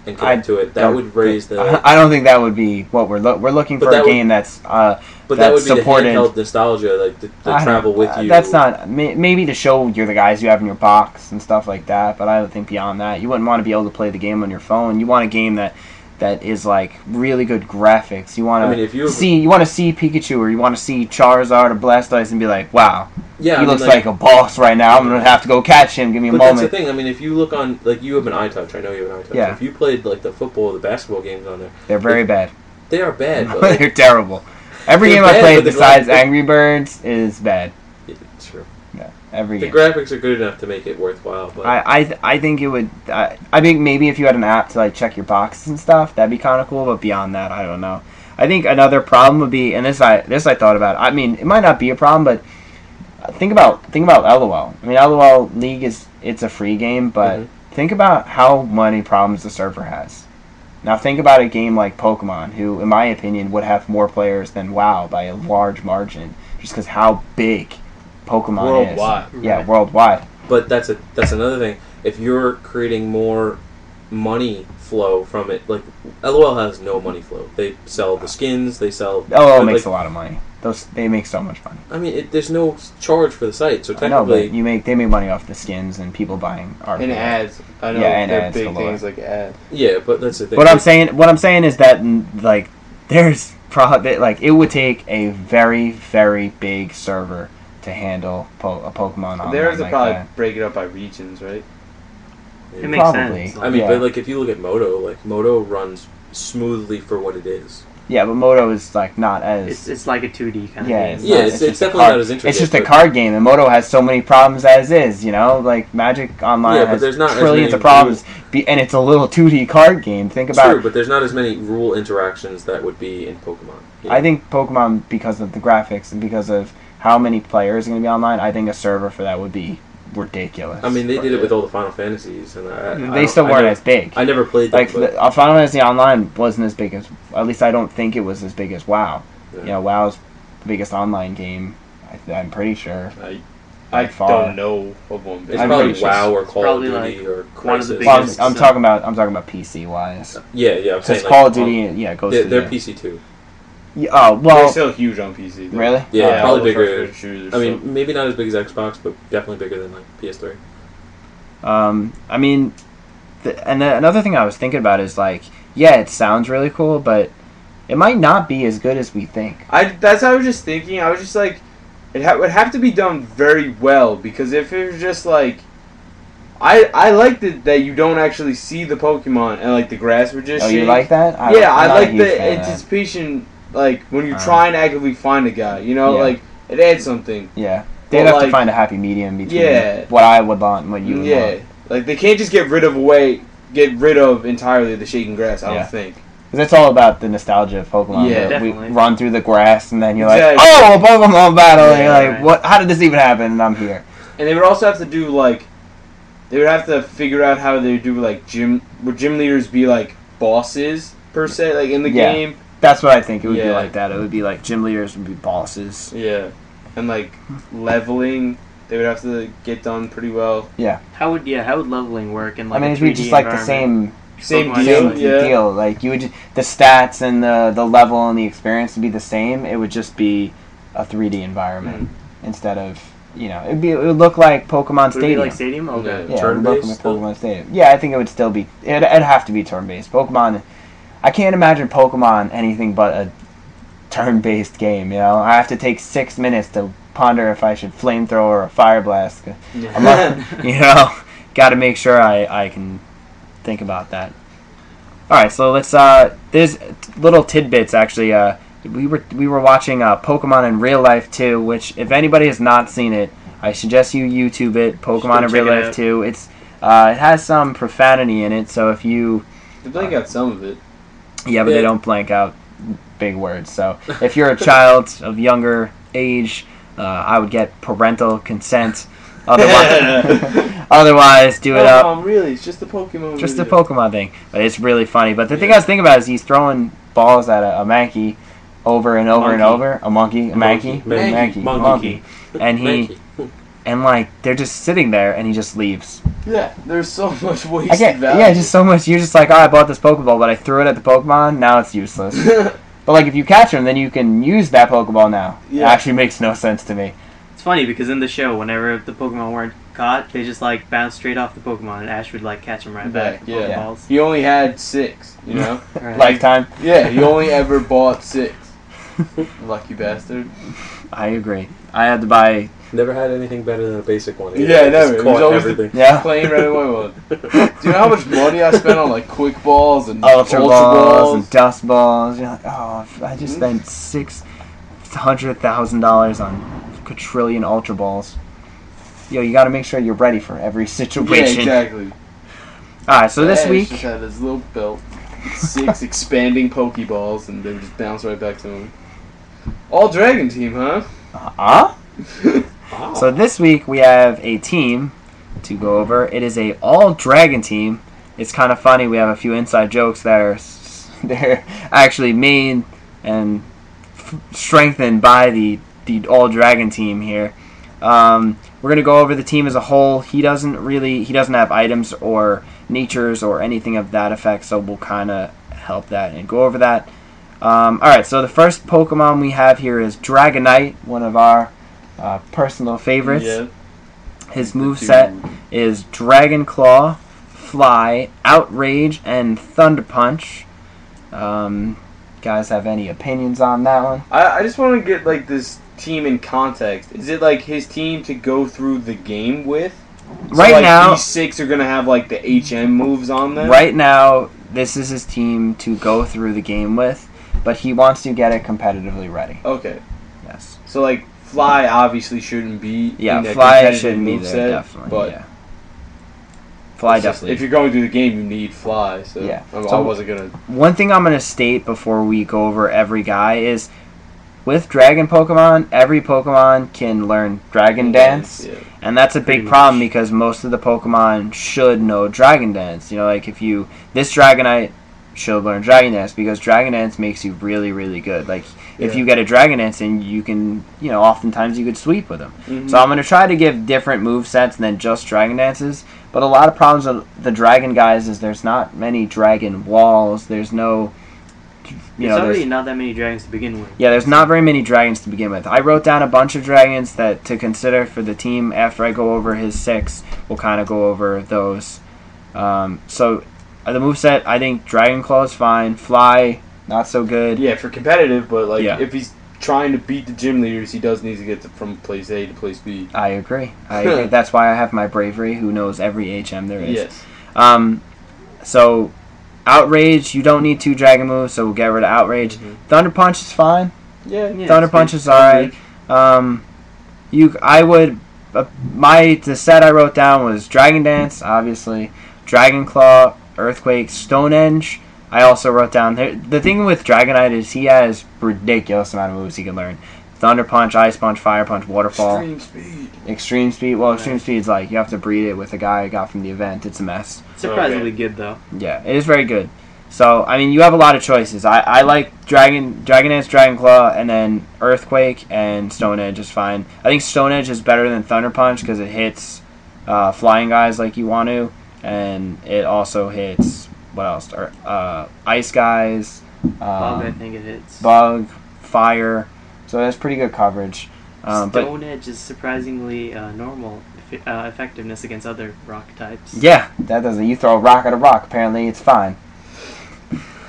S4: and connect
S2: I
S4: to it. That
S2: don't
S4: would raise the
S2: I I don't think that would be what we're lo- we're looking
S4: But
S2: for a
S4: that would-
S2: game that's uh,
S4: but that would
S2: that's
S4: be the
S2: supported-
S4: handheld nostalgia, like the, the
S2: I don't-
S4: travel with
S2: uh,
S4: you.
S2: That's not may, maybe to show you're the guys you have in your box and stuff like that. But I don't think beyond that, you wouldn't want to be able to play the game on your phone. You want a game that that is like really good graphics. You want to
S4: I mean, if you-
S2: see you want to see Pikachu or you want to see Charizard or Blastoise and be like, wow,
S4: Yeah, I
S2: he
S4: mean,
S2: looks like, a boss right now. I'm gonna have to go catch him. Give me a
S4: But that's the
S2: moment.
S4: thing. I mean, if you look on, like, you have an iTouch. I know you have an iTouch.
S2: Yeah.
S4: If you played like the football, or the basketball games on there,
S2: They're very bad.
S4: they are bad. But, like,
S2: They're terrible. Every
S4: They're
S2: game
S4: bad,
S2: I
S4: but
S2: played
S4: the
S2: besides
S4: graphics-
S2: Angry Birds is bad.
S4: yeah, it's true.
S2: Every
S4: The
S2: game.
S4: graphics are good enough to make it worthwhile, but
S2: I I, th- I think it would. I, I think maybe if you had an app to like check your boxes and stuff, that'd be kind of cool. But beyond that, I don't know. I think another problem would be, and this I this I thought about. I mean, it might not be a problem, but think about think about LOL. I mean, LOL League is it's a free game, but
S4: Mhm.
S2: think about how many problems the server has. Now think about a game like Pokemon, who, in my opinion, would have more players than WoW by a large margin, just because how big Pokemon
S3: Worldwide.
S2: is. Yeah, worldwide.
S4: But that's a that's another thing. If you're creating more money flow from it, like LOL has no money flow. They sell the skins. They sell.
S2: Oh, it
S4: but,
S2: makes a
S4: like,
S2: lot of money. Those they make so much money.
S4: I mean, it, there's no s- charge for the site, so
S2: I know,
S4: technically,
S2: but you make they make money off the skins and people buying art.
S3: And ads. I know
S2: Yeah, and
S3: they're
S2: ads
S3: big
S2: galore.
S3: things like ads.
S4: yeah. But that's the thing.
S2: What I'm saying, what I'm saying is that mm, like there's probably like it would take a very very big server to handle po- a Pokemon online
S3: They're to
S2: like
S3: probably
S2: that.
S3: break it up by regions, right?
S1: It makes
S2: Probably.
S1: sense.
S4: I mean,
S2: Yeah.
S4: but like if you look at Moto, like Moto runs smoothly for what it is.
S2: Yeah, but Moto is like not
S1: it's,
S2: as
S1: it's like a 2D kind
S2: yeah,
S1: of
S2: it's,
S1: game.
S4: Yeah,
S2: not-
S4: it's- it's
S2: just a
S4: definitely
S2: card-
S4: not as
S2: It's
S4: intricate,
S2: just a
S4: but-
S2: card game, and Moto has so many problems as is. You know, like Magic Online
S4: Yeah, but
S2: has
S4: there's not as
S2: trillions
S4: many
S2: of problems, be, and it's a little two D card game. Think about.
S4: True, but there's not as many rule interactions that would be in Pokemon. Yeah.
S2: I think Pokemon because of the graphics and because of how many players are going to be online. I think a server for that would be ridiculous.
S4: I mean, they did it with all the Final Fantasies, and I, I
S2: they
S4: don't-
S2: still
S4: I
S2: weren't
S4: never-
S2: as big.
S4: I never played them,
S2: like
S4: but,
S2: the, uh, Final Fantasy Online wasn't as big as at least I don't think it was as big as WoW.
S4: Yeah.
S2: You know, WoW's the biggest online game. I th- I'm pretty sure.
S3: I,
S2: By
S3: I
S2: far.
S3: don't know of one.
S4: it's
S2: I'm
S4: probably
S2: pretty sure
S4: WoW or Call of
S1: probably,
S4: Duty
S1: like,
S4: or
S1: one of the
S4: Crisis.
S1: biggest-
S2: Well, I'm, I'm
S1: so-
S2: talking about I'm talking about PC wise
S4: yeah, yeah. I'm
S2: because
S4: saying,
S2: Call of
S4: uh, like,
S2: Duty yeah goes
S4: they're,
S2: to
S4: they're
S2: the-
S4: PC too.
S2: Yeah, oh
S3: They're
S2: well
S3: still huge on PC. though.
S2: really
S4: Yeah,
S2: Oh,
S4: probably
S3: all the
S4: bigger-
S3: first-person shooters
S4: I
S3: are
S4: mean, maybe not as big as Xbox, but definitely bigger than like PS3.
S2: Um, I mean, the, and the, another thing I was thinking about is like, yeah, it sounds really cool, but it might not be as good as we think.
S3: I that's how I was just thinking. I was just like, it ha- would have to be done very well because if it was just like, I I liked it that you don't actually see the Pokemon and like the grass would just.
S2: Oh, you
S3: shake.
S2: like that? I,
S3: yeah, I
S2: I'm not a
S3: like
S2: huge
S3: the
S2: fan of that.
S3: anticipation. Like when you
S2: Uh.
S3: try and actively find a guy, you know,
S2: Yeah.
S3: like it adds something.
S2: Yeah, they'd
S3: Well,
S2: have to
S3: like-
S2: find a happy medium between
S3: Yeah.
S2: what I would want and what you would
S3: yeah,
S2: want.
S3: like they can't just get rid of away, get rid of entirely the shaking grass. I
S2: Yeah.
S3: don't think.
S2: 'Cause that's all about the nostalgia of Pokemon.
S3: Yeah,
S2: that we
S1: definitely.
S2: run through the grass and then you're like,
S3: Exactly.
S2: oh, a Pokemon battle. and
S1: Yeah,
S2: you're like,
S1: right.
S2: what? How did this even happen? And I'm here.
S3: And they would also have to do like they would have to figure out how they do like gym would gym leaders be like bosses per se, like in the
S2: Yeah.
S3: game.
S2: That's what I think it would be
S3: Yeah.
S2: like. That it would be like gym leaders would be bosses.
S3: Yeah. And like leveling they would have to get done pretty well.
S1: How would yeah? How would leveling work? And like
S2: I mean,
S1: a
S2: it'd be
S1: 3D
S2: just like the
S1: environment?
S2: same
S3: Same
S1: Pokemon
S3: deal,
S2: same
S1: Company.
S3: yeah.
S2: deal. Like you would just, the stats and the the level and the experience would be the same. It would just be a 3D environment instead of you know it'd be it would look like Pokemon
S1: Hmm. Would it be
S2: Stadium.
S1: like stadium? Okay.
S4: Yeah.
S2: yeah, it would look like
S4: turn-based?
S2: Pokemon Stadium. Yeah, I think it would still be. It'd, it'd have to be turn based. Pokemon. I can't imagine Pokemon anything but a turn based game. You know, I have to take six minutes to ponder if I should flamethrower or fire blast. I'm not- you know, got to make sure I, I can think about that. All right, so let's. Uh, there's little tidbits actually. Uh, we were we were watching uh, Pokemon in Real Life 2, which if anybody has not seen it, I suggest you YouTube it. Pokemon
S1: go
S2: in Real
S1: check it
S2: Life
S1: out.
S2: 2. It's uh, it has some profanity in it, so if you
S3: They blank out some of it.
S2: yeah, but they
S4: Yeah.
S2: don't blank out big words. So if you're a child of younger age, uh, I would get parental consent. Otherwise, otherwise, do it up.
S3: Oh, um, really, it's just the Pokemon.
S2: Just the
S3: video.
S2: Pokemon thing, but it's really funny. But the thing I was thinking about is he's throwing balls at a, a Mankey over and over and
S1: Monkey.
S2: over. A monkey, a Mankey,
S4: Monkey.
S2: Mankey,
S4: Monkey.
S2: monkey, and he
S4: Mankey.
S2: and like they're just sitting there, and he just leaves.
S3: Yeah, there's so much wasted
S2: I get
S3: value.
S2: yeah, just so much. You're just like, oh, I bought this Pokeball, but I threw it at the Pokemon. Now it's useless. But like if you catch him, then you can use that Pokeball now. It
S3: Yeah.
S2: actually makes no sense to me.
S1: It's funny because in the show, whenever the Pokemon weren't caught, they just like bounced straight off the Pokemon, and Ash would like catch them right back.
S3: Back,
S1: with
S3: yeah.
S1: Pokeballs.
S3: he only had six, you know?
S1: Right.
S2: Lifetime.
S3: yeah, he only ever bought six. Lucky bastard.
S2: I agree. I had to buy
S4: Never had anything better than a basic one. either.
S3: Yeah,
S4: Just
S3: never. It was
S4: caught
S3: always the-
S4: everything.
S2: yeah.
S3: Plain red and white one. Do you know how much money I spent on like quick balls and
S2: Ultra,
S3: ultra,
S2: balls,
S3: balls? Hmm?
S2: and dust balls. You're like, oh, if I just spent six hundred thousand dollars on a trillion ultra balls. Yo, you got to make sure you're ready for every
S3: yeah,
S2: situation.
S3: exactly.
S2: All right, so this
S3: Ash
S2: week,
S3: just had his little belt, six expanding Pokeballs, and they would just bounce right back to him. All Dragon Team, huh?
S2: huh?
S4: Wow.
S2: So this week we have a team to go over. It is a all dragon team. It's kind of funny. We have a few inside jokes that are s- they're actually made and f- strengthened by the the all dragon team here. Um, we're gonna go over the team as a whole. He doesn't really he doesn't have items or natures or anything of that effect, so we'll kind of help that and go over that. Um, all right, so the first Pokemon we have here is Dragonite, one of our uh, personal favorites. His move set is Dragon Claw, Fly, Outrage, and Thunder Punch. Um, guys, have any opinions on that one?
S3: I, I just want to get like this team in context. Is it like his team to go through the game with?
S2: right
S3: like,
S2: now,
S3: these six are gonna have like the HM moves on them.
S2: right now, this is his team to go through the game with, but he wants to get it competitively ready.
S3: Okay.
S2: Yes.
S3: So like Fly obviously shouldn't be.
S2: Yeah,
S3: in a
S2: Fly
S3: competitive
S2: shouldn't be there,
S3: moveset,
S2: definitely.
S3: But
S2: yeah. Fly
S3: it's just-
S2: definitely.
S3: If you're going through the game, you need Fly. So
S2: Yeah.
S3: I, I
S2: So-
S3: wasn't gonna.
S2: One thing I'm going to state before we go over every guy is with Dragon Pokemon, every Pokemon can learn Dragon Dance.
S3: Yeah.
S2: And that's a big
S1: Pretty
S2: problem because most of the Pokemon should know Dragon Dance. You know, like if you this Dragonite should learn Dragon Dance because Dragon Dance makes you really, really good. Like if
S3: Yeah.
S2: you get a Dragon Dance and you can, you know, oftentimes you could sweep with them.
S3: Mhm.
S2: So I'm gonna try to give different move sets than just Dragon Dances. But a lot of problems with the Dragon guys is there's not many Dragon walls. There's no, you
S1: There's
S2: know, there's-
S1: already not that many dragons to begin with.
S2: yeah, there's not very many dragons to begin with. I wrote down a bunch of dragons that to consider for the team after I go over his six. We'll kind of go over those. Um, so uh, the moveset, I think Dragon Claw is fine. Fly, not so good.
S3: Yeah, for competitive, but like
S2: Yeah.
S3: if he's trying to beat the gym leaders, he does need to get to, from place A to place B.
S2: I agree. I agree. That's why I have my bravery, who knows every HM there is.
S3: Yes.
S2: Um, so outrage, you don't need two dragon moves, so we'll get rid of outrage.
S4: Mhm.
S2: Thunder punch is fine.
S3: Yeah.
S1: Yeah,
S2: Thunder
S1: it's
S2: Punch
S1: good.
S2: is alright. Um, you, I would. Uh, my the set I wrote down was Dragon Dance, obviously, Dragon Claw, Earthquake, Stonehenge. I also wrote down there. The thing with Dragonite is he has ridiculous amount of moves he can learn. Thunder Punch, Ice Punch, Fire Punch, Waterfall, Extreme,
S3: Extreme speed.
S2: Speed. Well, Extreme Speed's like you have to breed it with a guy I got from the event. It's a mess.
S1: Surprisingly good though.
S2: Yeah, it is very good. So I mean, you have a lot of choices. I, I like Dragon Dragon Dance, Dragon Claw, and then Earthquake and Stone Edge is fine. I think Stone Edge is better than Thunder Punch because it hits uh, flying guys like you want to, and it also hits what else? Or, uh, ice guys,
S1: Bug, I
S2: um,
S1: think it hits.
S2: bug, fire. So that's pretty good coverage. Um, but
S1: Stone Edge is surprisingly uh, normal eff- uh, effectiveness against other rock types.
S2: Yeah, that doesn't. You throw a rock at a rock. Apparently, it's fine.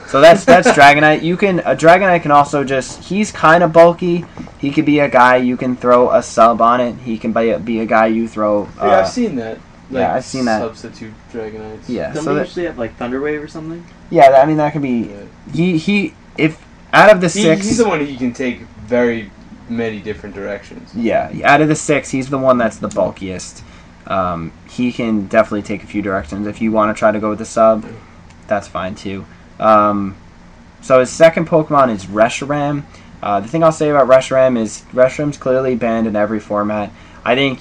S2: So that's that's Dragonite. You can a Dragonite can also just he's kind of bulky. He could be a guy you can throw a sub on it. He can be a, be a guy you throw. Uh,
S3: yeah, I've seen that.
S2: yeah, I've seen that.
S3: Substitute Dragonites.
S2: yeah,
S1: Don't
S2: so
S1: they
S2: that,
S1: usually have like Thunder Wave or something?
S2: yeah. I mean, that could be
S3: Yeah.
S2: he he if out of the
S3: He,
S2: six.
S3: He's the one he can take very many different directions.
S2: yeah, out of the six, he's the one that's the bulkiest. Um, he can definitely take a few directions. If you want to try to go with the sub, that's fine too. Um, so his second Pokemon is Reshiram. Uh, the thing I'll say about Reshiram is Reshiram's clearly banned in every format. I think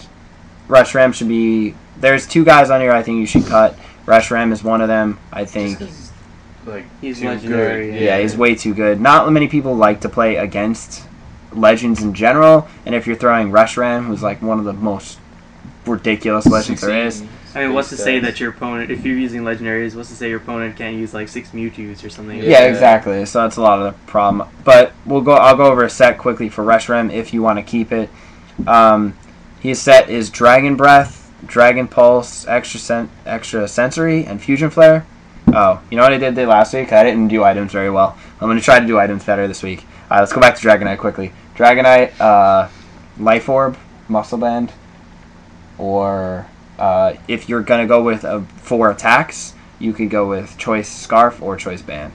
S2: Reshiram should be. There's two guys on here I think you should cut. Reshiram is one of them. I
S3: Just
S2: think.
S3: 'cause he's, like
S1: He's
S3: too
S1: legendary,
S3: good.
S2: Yeah, he's way too good. Not many people like to play against legends in general, and if you're throwing Reshiram, who's like one of the most ridiculous legends there is,
S3: 16
S1: I mean, what's to
S3: space
S1: say
S3: sets.
S1: that your opponent, if you're using legendaries, what's to say your opponent can't use like six Mewtwo's or something?
S2: yeah,
S3: Yeah.
S2: exactly. So that's a lot of the problem. But we'll go. I'll go over a set quickly for Reshiram if you want to keep it. Um, his set is Dragon Breath, Dragon Pulse, Extra Sen- Extra Sensory, and Fusion Flare. Oh, you know what I did, did last week? I didn't do items very well. I'm going to try to do items better this week. All right, let's go back to Dragonite quickly. Dragonite, uh, Life Orb, Muscle Band, or uh, if you're going to go with uh, four attacks, you could go with Choice Scarf or Choice Band.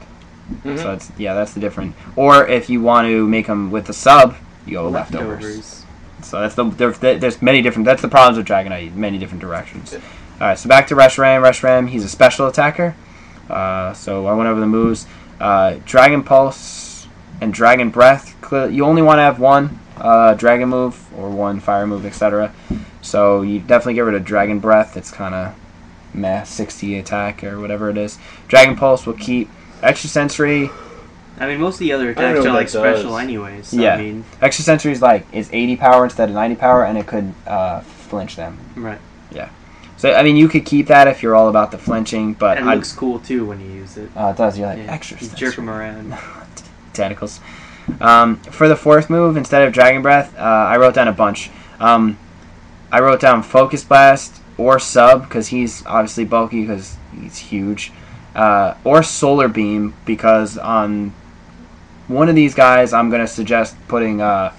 S3: Mhm.
S2: So that's yeah, that's the different. Or if you want to make them with the sub, you go with leftovers.
S1: Leftovers.
S2: So that's the there, there- there's many different. That's the problems with Dragonite. Many different directions. All right, so back to Reshiram. Reshiram, he's a special attacker. Uh, so I went over the moves. Uh, Dragon Pulse and Dragon Breath. Cle- You only want to have one uh, Dragon move or one Fire move, etc. So you definitely get rid of Dragon Breath. It's kind of meh, 60 attack or whatever it is. Dragon Pulse will keep extra sensory.
S1: I mean, most of the other
S3: don't know
S1: attacks are
S3: what
S1: like
S3: that does.
S1: special, anyways. So,
S2: Yeah.
S1: I mean,
S2: Extra sensory is like is 80 power instead of 90 power, and it could uh, flinch them.
S1: right.
S2: So I mean, you could keep that if you're all about the flinching, but
S1: And it
S2: I,
S1: looks cool too when you use it.
S2: uh, it does. You're like
S1: Yeah,
S2: extra
S1: you
S2: sensory.
S1: jerk them around.
S2: tentacles. Um, for the fourth move, instead of Dragon Breath, uh, I wrote down a bunch. Um, I wrote down Focus Blast or Sub because he's obviously bulky because he's huge, uh, or Solar Beam because on one of these guys I'm gonna suggest putting uh,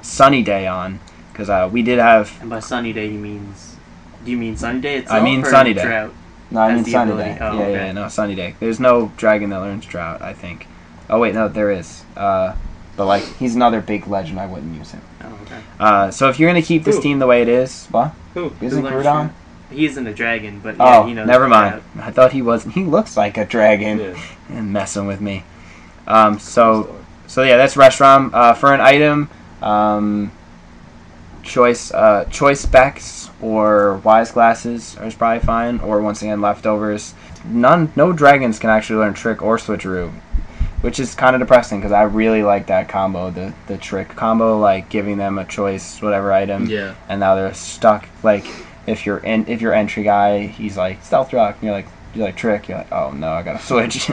S2: Sunny Day on because uh, we did have
S1: And by sunny day, he means Do you mean sunny day itself?
S2: I mean
S1: or
S2: Sunny Day.
S1: Drought?
S2: No, I
S1: That's
S2: mean
S1: the
S2: Sunny
S1: ability.
S2: Day.
S1: Oh,
S2: yeah,
S1: okay.
S2: yeah, no, Sunny Day. There's no dragon that learns drought, I think. Oh wait, no, there is. Uh, but like, he's another big legend. I wouldn't use him.
S1: Oh, okay.
S2: Uh, so if you're gonna keep this
S3: Who?
S2: team the way it is, what?
S3: Who?
S2: Isn't
S1: learns
S2: Groudon?
S1: He isn't a dragon, but yeah,
S2: oh,
S1: he knows.
S2: never mind.
S1: Drought.
S2: I thought he was. He looks like a dragon
S3: Mm-hmm. Yeah.
S2: and messing with me. Um, so so yeah, that's restaurant uh, for an item. Um, choice uh, choice specs or wise glasses is probably fine. Or once again, leftovers. None, no dragons can actually learn trick or switcheroo, which is kind of depressing because I really like that combo, the the trick combo, like giving them a choice, whatever item
S4: Yeah.
S2: and now they're stuck. Like if you're in, if your entry guy, he's like stealth rock, and you're like you're like trick. You're like, oh no, I gotta switch.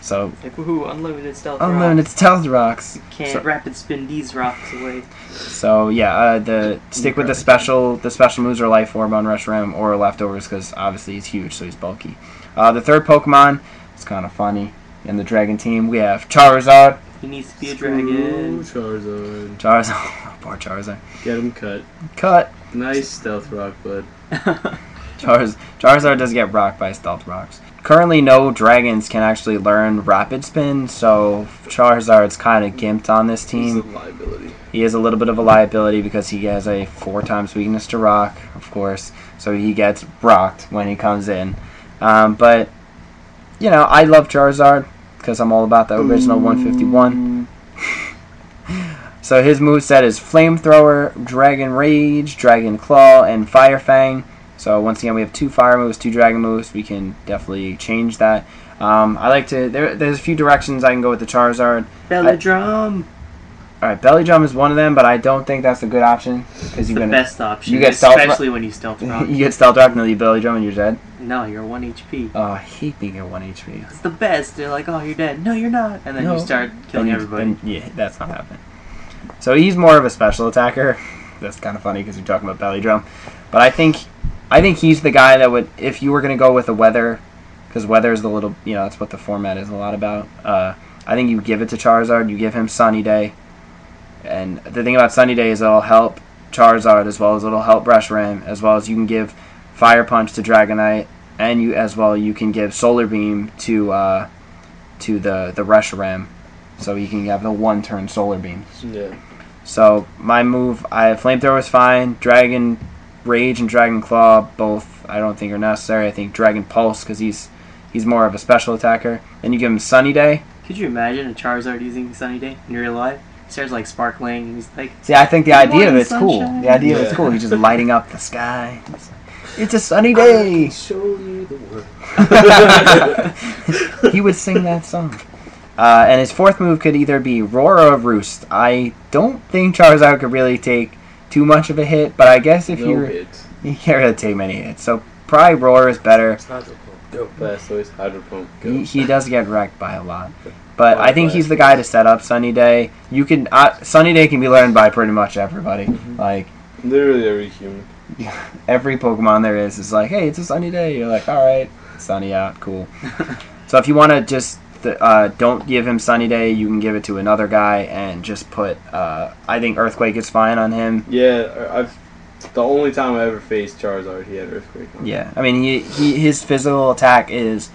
S2: so
S1: Like woohoo, unlimited stealth.
S2: unlimited
S1: Rocks.
S2: stealth rocks.
S1: Can't
S2: So-
S1: rapid spin these rocks away.
S2: So yeah, uh, the stick with the special the special moves are life orb on Reshiram or leftovers because obviously he's huge, so he's bulky. Uh, the third Pokemon, it's kind of funny. In the Dragon team, we have Charizard.
S1: He needs to be a dragon.
S3: Charizard.
S2: Charizard, poor Charizard.
S3: Get him cut.
S2: Cut.
S3: Nice stealth rock, bud.
S2: Charz- Charizard does get rocked by stealth rocks. Currently, no dragons can actually learn Rapid Spin, so Charizard's kind of gimped on this
S3: He's a
S2: team.
S3: liability.
S2: He is a little bit of a liability because he has a four times weakness to rock, of course, so he gets rocked when he comes in. Um, but, you know, I love Charizard because I'm all about the original 151. So his moveset is Flamethrower, Dragon Rage, Dragon Claw, and Fire Fang. So once again, we have two fire moves, two dragon moves. We can definitely change that. Um, I like to. There, there's a few directions I can go with the Charizard.
S1: Belladrum.
S2: All right, Belly Drum is one of them, but I don't think that's a good option because
S1: It's
S2: you're
S1: the
S2: gonna
S1: best option,
S2: you get stealth ro-
S1: especially when you stealth rock.
S2: you get Stealth Rock and then you Belly Drum and you're dead.
S1: no, you're one HP.
S2: Oh, I hate being at one HP.
S1: It's the best. They're like, oh, you're dead. No, you're not. And then
S2: No.
S1: you start killing
S2: Then you-
S1: everybody.
S2: then- yeah, that's not happening. So he's more of a special attacker. That's kind of funny because we're talking about belly drum, but I think I think he's the guy that would if you were going to go with a weather because weather is the little you know that's what the format is a lot about. Uh, I think you give it to Charizard, you give him Sunny Day, and the thing about Sunny Day is it'll help Charizard as well as it'll help Reshiram as well as you can give Fire Punch to Dragonite and you as well you can give Solar Beam to uh, to the the Reshiram so he can have the one turn solar beam.
S3: Yeah.
S2: So my move, I flamethrower is fine. Dragon rage and dragon claw both I don't think are necessary. I think dragon pulse because he's he's more of a special attacker. Then you give him sunny day.
S1: Could you imagine a Charizard using Sunny Day in real life? He starts like sparkling, and he's like,
S2: See, I think the
S1: Good
S2: idea of
S1: morning,
S2: it's cool.
S1: sunshine.
S2: The idea of it's
S3: Yeah.
S2: cool. He's just lighting up the sky. It's a sunny day.
S4: Show you the world.
S2: he would sing that song. Uh, and his fourth move could either be roar or roost. I don't think Charizard could really take too much of a hit, but I guess if
S3: no
S2: you were-
S3: hit.
S2: You can't really take many hits, so probably Roar is better.
S4: It's not the
S3: Go Blastoise, Hydro Pump, go.
S2: He, he does get wrecked by a lot, but I
S4: Alright,
S2: think
S4: but-
S2: he's the guy to set up Sunny Day. You can uh, Sunny Day can be learned by pretty much everybody. Like
S3: Literally every human.
S2: every Pokemon there is is like, hey, it's a sunny day. You're like, all right, it's sunny out, cool. so if you want to just th- uh, don't give him sunny day, you can give it to another guy and just put. Uh, I think earthquake is fine on him.
S3: Yeah, I- I've. The only time I ever faced Charizard, he had Earthquake on.
S2: Yeah, I mean, he, he his physical attack is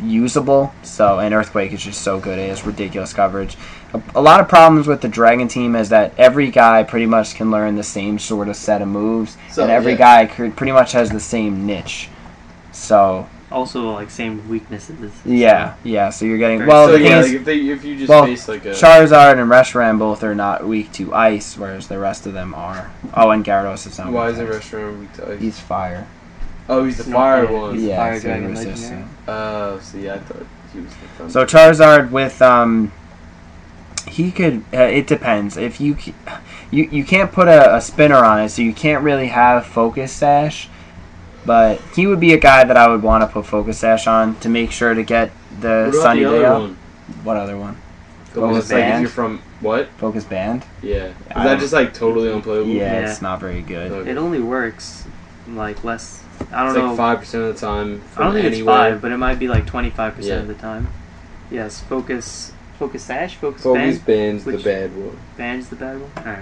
S2: usable. So, and Earthquake is just so good; it has ridiculous coverage. A, a lot of problems with the Dragon team is that every guy pretty much can learn the same sort of set of moves,
S3: So,
S2: and every
S3: yeah.
S2: guy guy pretty much has the same niche. So,
S1: also like same weaknesses.
S2: yeah, yeah. So you're getting
S1: Right,
S2: well.
S3: so
S2: the thing
S3: yeah,
S2: is,
S3: like if, they, if you just
S2: Oh, well,
S3: face like a
S2: Charizard and Reshiram both are not weak to ice, whereas the rest of them are. Oh, and Gyarados is not.
S3: why
S2: weak
S3: is
S2: to
S3: it
S2: ice.
S3: restaurant weak to ice?
S2: He's fire.
S3: oh, he's the
S1: He's
S3: fire
S1: not-
S3: one.
S1: He's
S2: yeah,
S1: fire
S2: so he
S1: dragon
S2: resists
S1: legendary.
S2: it.
S3: Oh, see, I thought he was the thunder.
S2: So Charizard with um, he could. Uh, it depends if you c- you you can't put a, a spinner on it, so you can't really have focus sash. But he would be a guy that I would want to put focus sash on to make sure to get the
S3: what about
S2: sunny
S3: the
S2: day
S3: other
S2: up.
S3: one?
S2: What other one?
S3: The one
S2: Focus
S3: that's like if
S2: band?
S3: you're from what?
S2: Focus band.
S3: Yeah, is
S2: I
S3: that
S2: don't-
S3: just like totally
S2: Yeah,
S3: unplayable?
S2: it's not very good.
S3: Okay.
S1: It only works like less. I don't
S3: It's
S1: know.
S3: like five percent of the time. From
S1: I don't think it's
S3: anywhere.
S1: five, but it might be like twenty five
S3: Yeah.
S1: percent of the time. Yes, focus, focus sash, focus,
S3: Focus
S1: focus
S3: band's
S1: which-
S3: the bad one.
S1: bands the bad one. All right.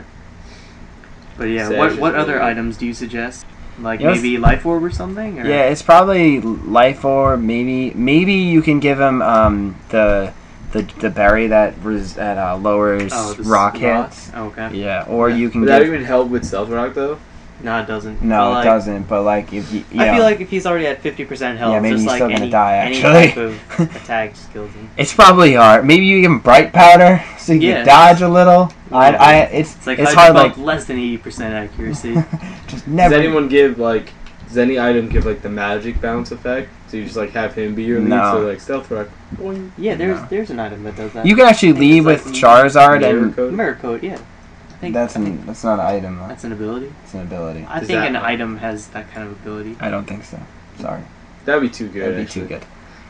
S1: But yeah,
S3: Sash
S1: what
S3: is
S1: what
S3: really
S1: other
S3: good.
S1: items do you suggest? Like
S2: Yes.
S1: maybe Life Orb or something? Or?
S2: Yeah, it's probably life orb. Maybe maybe you can give him um, the the the berry that res- that uh, lowers
S1: Oh, this
S2: rock
S1: rock?
S2: hits.
S1: Oh, okay.
S2: Yeah, or you can
S3: Would that
S2: give.
S3: even help with Stealth Rock though?
S1: No, it doesn't.
S2: no,
S1: But, like,
S2: it doesn't. But like if you, you
S1: I
S2: know,
S1: feel like if he's already at 50% health,
S2: Yeah, maybe
S1: just
S2: he's
S1: like
S2: still gonna
S1: any,
S2: die,
S1: any
S2: actually.
S1: type of attack just kills him.
S2: it's probably hard. Maybe you give him bright powder so you
S1: Yeah.
S2: can dodge a little. I,
S1: Yeah.
S2: I it's
S1: It's like
S2: it's
S1: hard
S2: hard like
S1: less than 80% accuracy.
S2: just never.
S3: Does anyone give like? Does any item give like the magic bounce effect? So you just like have him be your lead,
S2: No.
S3: so like Stealth Rock. boing.
S1: yeah, there's
S2: No.
S1: there's an item that does that.
S2: you can actually
S1: I think
S2: leave with
S1: it's like-
S2: Charizard
S3: Mirror
S2: and
S3: code.
S1: Mirror code, yeah. I think
S2: that's
S1: I think
S2: an that's not an item. Though.
S1: that's an ability.
S2: It's an ability.
S1: I
S3: Does
S1: think
S3: that-
S1: an item has that kind of ability.
S2: I don't think so. Sorry,
S3: That'd be too good.
S2: that'd be
S3: actually.
S2: too good.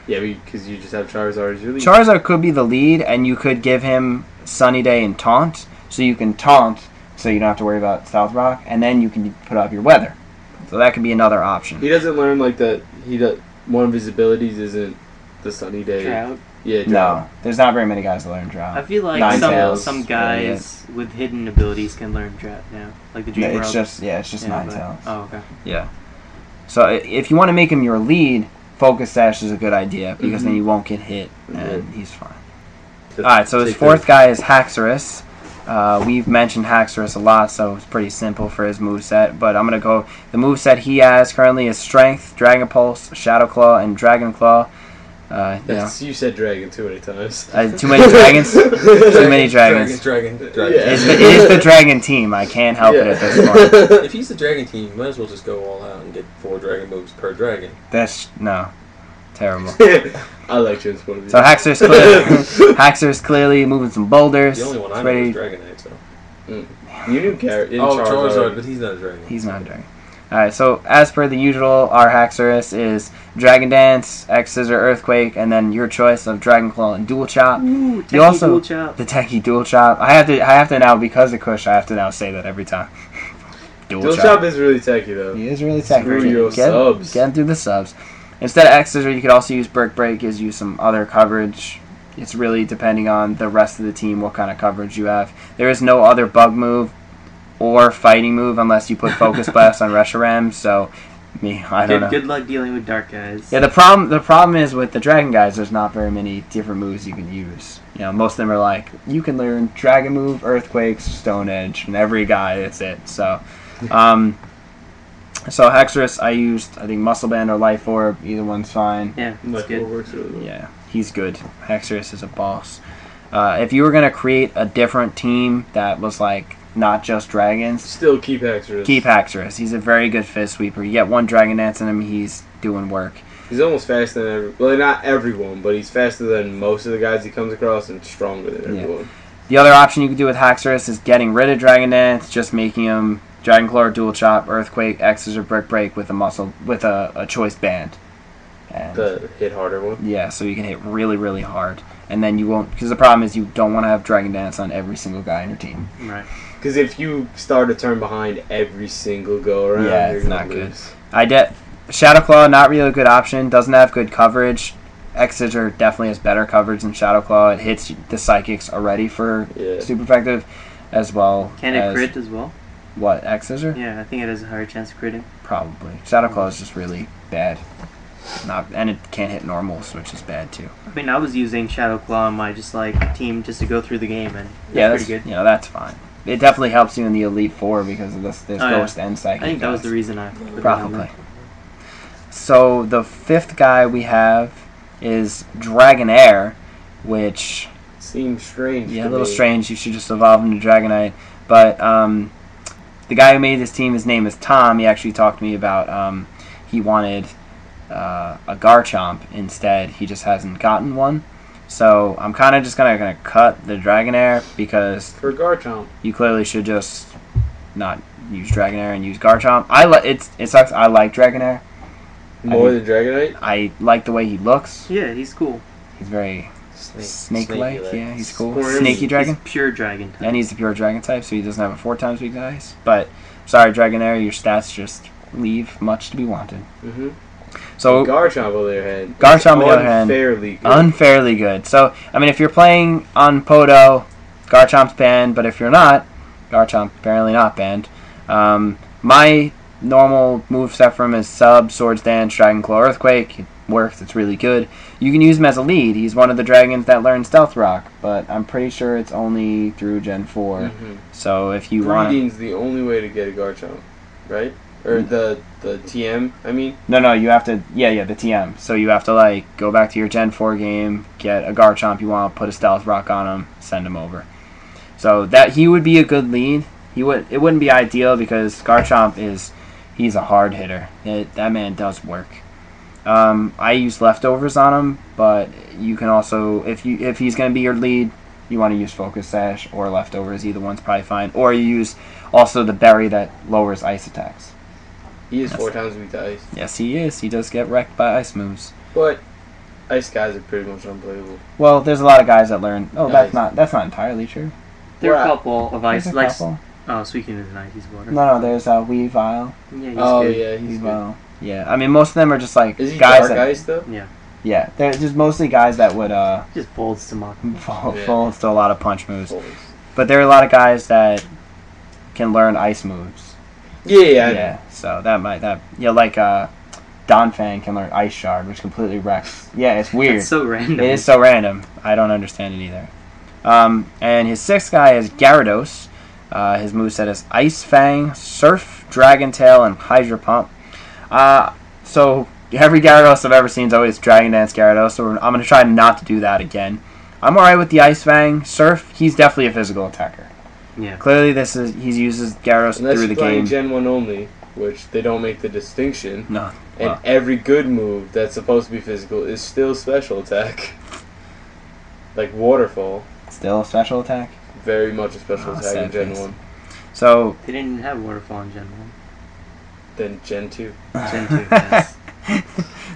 S3: Yeah, because you just have Charizard as your lead.
S2: Charizard could be the lead, and you could give him Sunny Day and Taunt, so you can taunt, so you don't have to worry about South Rock, and then you can put up your weather. So that could be another option.
S3: he doesn't learn like that. He does, one of his abilities isn't the sunny day.
S1: Drought.
S3: Yeah,
S2: No, there's not very many guys that learn
S1: I
S2: Drought.
S1: feel like
S2: Nine
S1: some
S3: tails,
S1: some
S2: really
S1: guys with hidden abilities can learn drought now, like the
S2: No,
S1: Dream
S2: It's
S1: World.
S2: just yeah, it's just
S1: Yeah,
S2: nine
S1: but-
S2: tails.
S1: Oh, okay.
S2: So i- if you want to make him your lead, Focus Sash is a good idea because
S1: Mm-hmm.
S2: then you won't get hit, and he's fine. All right, so his
S3: Take
S2: fourth guy is Haxorus. Uh, we've mentioned Haxorus a lot, so it's pretty simple for his moveset. But I'm going to go. The moveset he has currently is Strength, Dragon Pulse, Shadow Claw, and Dragon Claw. Uh, you know,
S3: That's, You said dragon too many times.
S2: uh, too many dragons. too many dragons.
S4: Dragon, dragon, dragon.
S3: Yeah.
S2: It's the, it is the dragon team. I can't help it at this point.
S4: If he's the dragon team, you might as well just go all out and get four dragon moves per dragon.
S2: That's no, terrible.
S3: I like Transform.
S2: So Haxorus clearly, Haxorus clearly moving some boulders.
S4: The only one I
S2: It's
S4: know
S2: ready-
S4: is Dragon Knight, so.
S3: you knew Gar- in
S4: oh, Charizard.
S3: Charizard.
S4: but he's not a dragon.
S2: He's not a dragon. Alright, so as per the usual, our Haxorus is Dragon Dance, X Scissor, Earthquake, and then your choice of Dragon Claw and Dual Chop.
S1: Ooh,
S2: You also- The techie Dual Chop. I have to I have to now because of Kush, I have to now say that every time. dual,
S3: Dual
S2: Chop.
S3: Chop is really techy though.
S2: He is really techy.
S3: Screw your
S2: get,
S3: subs.
S2: get him through the subs. Instead of X Scissor, you could also use Brick Break, gives you some other coverage. It's really depending on the rest of the team what kind of coverage you have. There is no other bug move or fighting move unless you put Focus Blast on Reshiram, so me, I don't
S1: Good,
S2: know.
S1: good luck dealing with dark guys.
S2: Yeah, the problem the problem is with the Dragon guys. There's not very many different moves you can use. You know, most of them are like you can learn Dragon move, Earthquakes, Stone Edge, and every guy that's it. So, um, so Hexorus, I used I think Muscle Band or Life Orb. Either one's fine.
S1: yeah, that's
S3: Like,
S1: good.
S3: what works really well.
S2: Yeah, he's good. Hexorus is a boss. Uh, if you were gonna create a different team that was like not just dragons,
S3: Still keep Haxorus.
S2: keep Hexorus. He's a very good fist sweeper. You get one Dragon Dance in him, he's doing work.
S3: He's almost faster than every. Well, not everyone, but he's faster than most of the guys he comes across and stronger than
S2: Yeah.
S3: everyone.
S2: The other option you could do with Haxorus is getting rid of Dragon Dance, just making him Dragon Claw, Dual Chop, Earthquake, X's, or Brick Break with a muscle with a, a choice band. And
S3: The hit harder one.
S2: yeah, so you can hit really, really hard, and then you won't because the problem is you don't want to have Dragon Dance on every single guy on your team.
S1: Right.
S3: Because if you start a turn behind every single go around,
S2: Yeah,
S3: you're
S2: it's
S3: gonna
S2: not good.
S3: lose.
S2: I de- Shadow Claw not really a good option. Doesn't have good coverage. X Scissor definitely has better coverage than Shadow Claw. It hits the psychics already for
S3: Yeah.
S2: super effective, as well.
S1: Can it
S2: as-
S1: crit as well?
S2: What X Scissor?
S1: Yeah, I think it has a higher chance of critting.
S2: Probably. Shadow Claw is just really bad. Not and it can't hit normals, which is bad too.
S1: I mean, I was using Shadow Claw on my just like team just to go through the game, and
S2: yeah,
S1: that's
S2: that's,
S1: pretty good.
S2: you know that's fine. It definitely helps you in the Elite Four because of this, this
S1: Oh, yeah.
S2: Ghost and Psychic.
S1: I think that was
S2: guys.
S1: the reason I put it on
S2: probably.
S1: there.
S2: So the fifth guy we have is Dragonair, which
S3: Seems strange.
S2: yeah,
S3: to
S2: a little
S3: me.
S2: strange. You should just evolve into Dragonite. But um, the guy who made this team, his name is Tom. He actually talked to me about um, he wanted uh, a Garchomp instead. He just hasn't gotten one. So I'm kind of just gonna gonna cut the Dragonair because
S3: For Garchomp.
S2: you clearly should just not use Dragonair and use Garchomp. I li- it's it sucks. I like Dragonair.
S3: More than Dragonite?
S2: I like the way he looks.
S1: Yeah, he's cool.
S2: He's very
S4: Snake,
S2: snake-like.
S4: snaky-like.
S2: yeah, he's cool.
S3: Squirmy.
S2: Snaky dragon.
S1: He's pure dragon type.
S2: And he's a pure dragon type, so he doesn't have a four times weak dice. But sorry, Dragonair, your stats just leave much to be wanted.
S3: Mm-hmm.
S2: So
S3: Garchomp, on the other hand.
S2: Oh. Garchomp,
S3: is
S2: on the other hand,
S3: Unfairly good.
S2: unfairly good. So I mean, if you're playing on Podo, Garchomp's banned. But if you're not, Garchomp apparently not banned. Um, my normal moveset for him is Sub, Swords Dance, Dragon Claw, Earthquake. It works, it's really good. You can use him as a lead. He's one of the dragons that learned Stealth Rock, but I'm pretty sure it's only through Gen 4.
S3: Mhm.
S2: So if you want.
S3: Breeding's the only way to get a Garchomp, right? Or
S2: Mm.
S3: the the TM. I mean,
S2: No, no, you have to. Yeah, yeah, the TM. So you have to, like, go back to your Gen 4 game, get a Garchomp you want, put a Stealth Rock on him, send him over. So that he would be a good lead. He would. It wouldn't be ideal because Garchomp is he's a hard hitter. It, that man does work. Um, I use leftovers on him, but you can also if you if he's going to be your lead, you want to use focus sash or leftovers. Either one's probably fine. Or you use also the berry that lowers ice attacks.
S3: he is
S2: That's-
S3: four times weak to ice,
S2: Yes, he is. He does get wrecked by ice moves.
S3: but ice guys are pretty much unplayable.
S2: Well, there's a lot of guys that learn. Oh,
S3: Nice.
S2: that's not that's not entirely true.
S1: There are a
S3: Wow.
S1: couple of ice.
S2: There's a
S1: Like,
S2: couple.
S1: oh, speaking of the 90s water.
S2: No, no. There's uh, Weavile.
S1: Yeah, he's
S3: oh
S1: good.
S3: yeah, he's good.
S2: Weavile. Yeah, I mean most of them are just like
S3: Is he
S2: guys
S3: dark
S2: that
S3: ice though?
S2: yeah. They're just mostly guys that would uh
S1: He just folds to mock.
S2: fall,
S3: Yeah.
S2: fall into a lot of punch moves.
S3: Always.
S2: But there are a lot of guys that can learn ice moves.
S3: Yeah, yeah, I know.
S2: yeah. So that might that yeah, like uh Donphan can learn ice shard, which completely wrecks. Yeah, it's weird.
S1: That's so random.
S2: It is so random. I don't understand it either. Um, and his sixth guy is Gyarados. Uh, his moveset is Ice Fang, Surf, Dragon Tail, and Hydro Pump. Uh, so every Gyarados I've ever seen is always Dragon Dance Gyarados, so I'm going to try not to do that again. I'm alright with the Ice Fang. Surf, he's definitely a physical attacker.
S1: Yeah.
S2: Clearly, this is he uses Gyarados through
S3: Unless you're
S2: the
S3: playing
S2: game.
S3: Gen One only, which they don't make the distinction,
S2: no,
S3: and
S2: Wow.
S3: every good move that's supposed to be physical is still special attack. Like waterfall,
S2: still a special attack.
S3: very much a special
S2: Oh,
S3: attack in
S2: sad
S3: Gen
S2: face.
S3: One.
S2: So
S1: They didn't have waterfall in Gen
S3: Then Gen Two.
S1: 1. Gen 2. yes.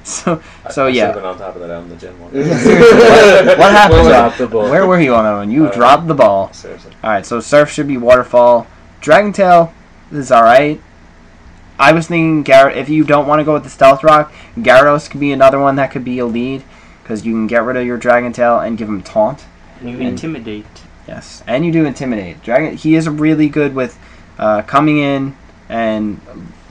S2: so
S4: I-
S2: so
S4: I
S2: yeah.
S4: should've been on top of that on the Gen One.
S3: what
S2: happened?
S3: Drop the ball.
S2: Where were you on that one? You
S4: Uh,
S2: dropped the ball.
S4: Seriously.
S2: All right, so Surf should be Waterfall. Dragon Tail is all right. I was thinking Garrett. If you don't want to go with the Stealth Rock, Gyarados could be another one that could be a lead because you can get rid of your Dragon Tail and give him Taunt.
S1: You intimidate.
S2: Yes, and you do intimidate. Dragon. He is really good with uh, coming in and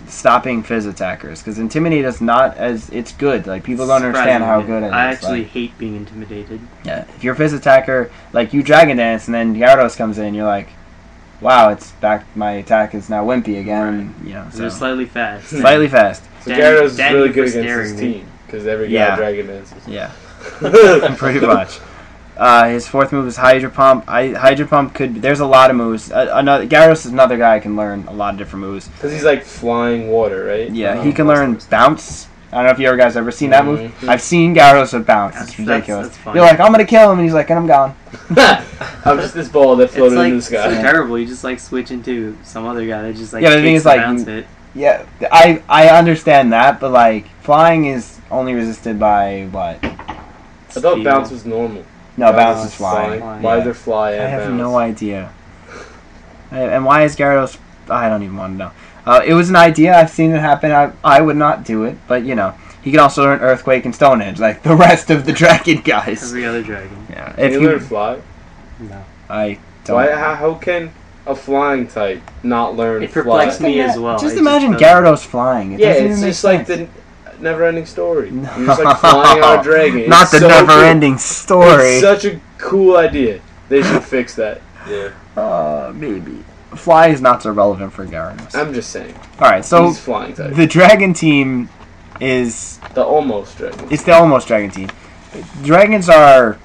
S2: stopping Fizz attackers because intimidate is not as it's good. Like people don't understand how
S1: Surprisingly,
S2: good it is.
S1: I
S2: Like-
S1: actually hate being intimidated.
S2: yeah, if you're a fizz attacker, like you Dragon Dance, and then Gyarados comes in, you're like, wow, it's back. My attack is now wimpy again. You know,
S1: They're
S2: so.
S1: slightly fast.
S2: slightly fast.
S3: So
S1: Dan-
S3: Gyarados is
S1: Dan,
S3: really
S1: you
S3: good
S1: were
S3: against his
S1: scaring me.
S3: team because every guy
S2: Yeah.
S3: Dragon dances.
S2: Yeah, pretty much. Uh, his fourth move is Hydro Pump. I, Hydro Pump could. There's a lot of moves. Uh, another Gyarados is another guy who can learn a lot of different moves.
S3: Because he's like flying water, right?
S2: Yeah,
S4: Oh,
S2: he can
S4: that's
S2: learn
S4: nice.
S2: bounce. I don't know if you ever guys ever seen that move.
S3: Mhm.
S2: I've seen Gyarados with bounce.
S1: That's-
S2: It's
S1: that's-
S2: ridiculous.
S1: that's fine.
S2: You're like, I'm gonna kill him, and he's like, and I'm gone.
S3: I'm just this ball that
S1: It's
S3: floated
S1: like
S3: in the sky.
S1: so terrible. You just like switch into some other guy that just like
S2: Yeah, but the thing
S1: takes
S2: is, like,
S1: bounce
S2: you-
S1: hit.
S2: Yeah, I I understand that, but like flying is only resisted by what?
S3: I thought
S1: Speed.
S3: bounce was normal.
S2: No, bounce is flying.
S1: flying.
S3: Why
S2: Yeah.
S3: is there fly
S2: I
S3: and
S2: have
S3: bounce?
S2: no idea. I- And why is Gyarados? I don't even want to know. Uh, it was an idea. I've seen it happen. I I would not do it, but you know, he can also learn Earthquake and Stonehenge, like the rest of the Dragon guys.
S1: every other dragon.
S2: Yeah,
S3: Can
S2: if
S3: you,
S2: you,
S3: learn fly?
S1: No,
S2: I don't.
S3: Why? How, how can a flying type not learn
S1: It
S3: fly?
S1: perplexed me as well.
S2: Just
S1: It
S2: imagine
S1: doesn't-
S2: Gyarados flying. It
S3: Yeah,
S2: doesn't
S3: it's
S2: even
S3: just
S2: make
S3: like
S2: sense.
S3: the never-ending story.
S2: No.
S3: You're just like flying on a dragon.
S2: Not
S3: It's
S2: the
S3: so
S2: never-ending
S3: cool.
S2: story.
S3: It's such a cool idea. They should fix that.
S4: Yeah.
S2: Uh, maybe. Fly is not so relevant for Gyarados.
S3: I'm just saying.
S2: Alright, so
S3: Um, he's flying type.
S2: the dragon team is.
S3: The almost dragon.
S2: It's the almost dragon team. Dragons are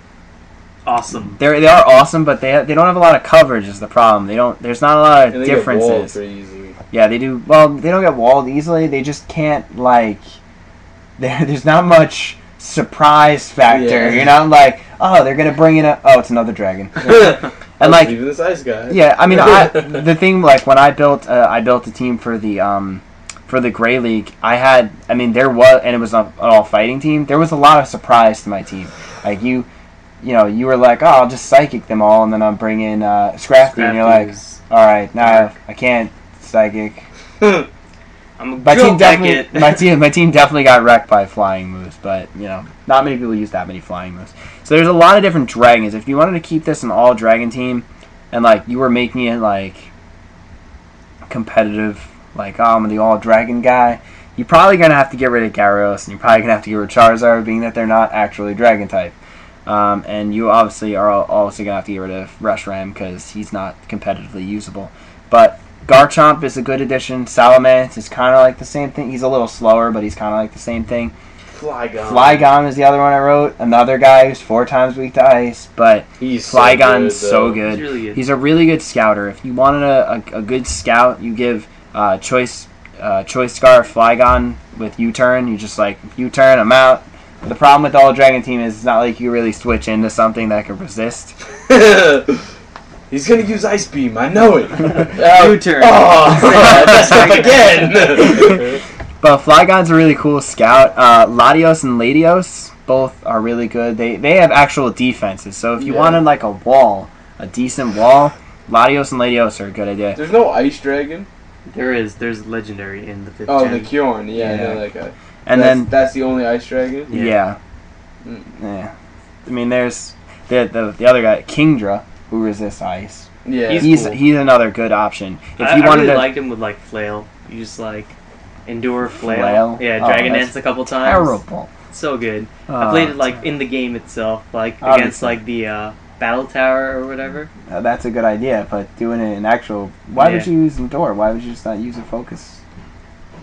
S1: awesome.
S2: they they are awesome, but they they don't have a lot of coverage. Is the problem? They don't. There's not a lot of
S3: And they get walled
S2: differences.
S3: pretty easily.
S2: Yeah, they do. Well, they don't get walled easily. They just can't like. There, there's not much surprise factor.
S3: Yeah.
S2: You're not like, oh, they're gonna bring in a. Oh, it's another dragon.
S3: I
S2: And like,
S3: even this ice guy.
S2: Yeah, I mean, I, the thing like when I built, uh, I built a team for the um, for the Gray League. I had, I mean, there was, and it was an all fighting team. There was a lot of surprise to my team. Like you, you know, you were like, oh, I'll just psychic them all, and then I'll bring in uh, Scrafty, and you're like,
S1: Scrafty's-
S2: all right, nah, I can't psychic.
S1: I'm a
S2: My team
S1: drill
S2: definitely,
S1: packet.
S2: my team, my team definitely got wrecked by flying moves, but you know, not many people use that many flying moves. So there's a lot of different dragons. If you wanted to keep this an all dragon team, and like you were making it like competitive like oh, I'm the all dragon guy. You're probably gonna have to get rid of Gyarados, and you're probably gonna have to get rid of Charizard, being that they're not actually dragon type. Um, and you obviously are al- also gonna have to get rid of Reshiram because he's not competitively usable. But Garchomp is a good addition. Salamence is kind of like the same thing. He's a little slower, but he's kind of like the same thing.
S3: Flygon.
S2: Flygon is the other one I wrote. Another guy who's four times weak to ice, but
S3: He's so
S2: Flygon's
S3: good,
S2: so
S3: though.
S2: good.
S1: He's really good.
S2: He's a really good scouter. If you wanted a, a, a good scout, you give uh, choice uh, choice scarf Flygon with U turn. You just like U turn. I'm out. The problem with the all dragon team is it's not like you really switch into something that can resist.
S3: He's gonna use Ice Beam, I know it.
S1: U turn.
S3: oh, that's up again.
S2: But Flygon's a really cool scout. Uh, Latios and Latios both are really good. They they have actual defenses. So if you
S4: Yeah.
S2: wanted like a wall, a decent wall, Latios and Latios are a good idea.
S3: There's no Ice Dragon.
S1: There is. There's legendary in the fifth
S3: Oh,
S1: gen.
S3: the Kjorn. Yeah, I know
S2: Yeah.
S3: that guy.
S2: And
S3: that's,
S2: then
S3: that's the only Ice Dragon.
S1: Yeah.
S2: yeah,
S3: Mm.
S2: yeah. I mean, there's the the, the other guy, Kingdra, who resists ice.
S3: Yeah,
S1: He's
S2: he's
S1: cool.
S2: he's another good option if
S1: I,
S2: you
S1: I
S2: wanted
S1: really
S2: to.
S1: liked him with like flail. You just like endure flail.
S2: Flail?
S1: Yeah,
S2: Oh,
S1: Dragon
S2: that's
S1: Dance a couple times.
S2: Terrible.
S1: So good. I
S2: Uh,
S1: played it like in the game itself, like against
S2: Obviously.
S1: like the uh, battle tower or whatever.
S2: uh, that's a good idea, but doing it in actual, why would
S1: Yeah.
S2: you use Endor? Why would you just not use a focus?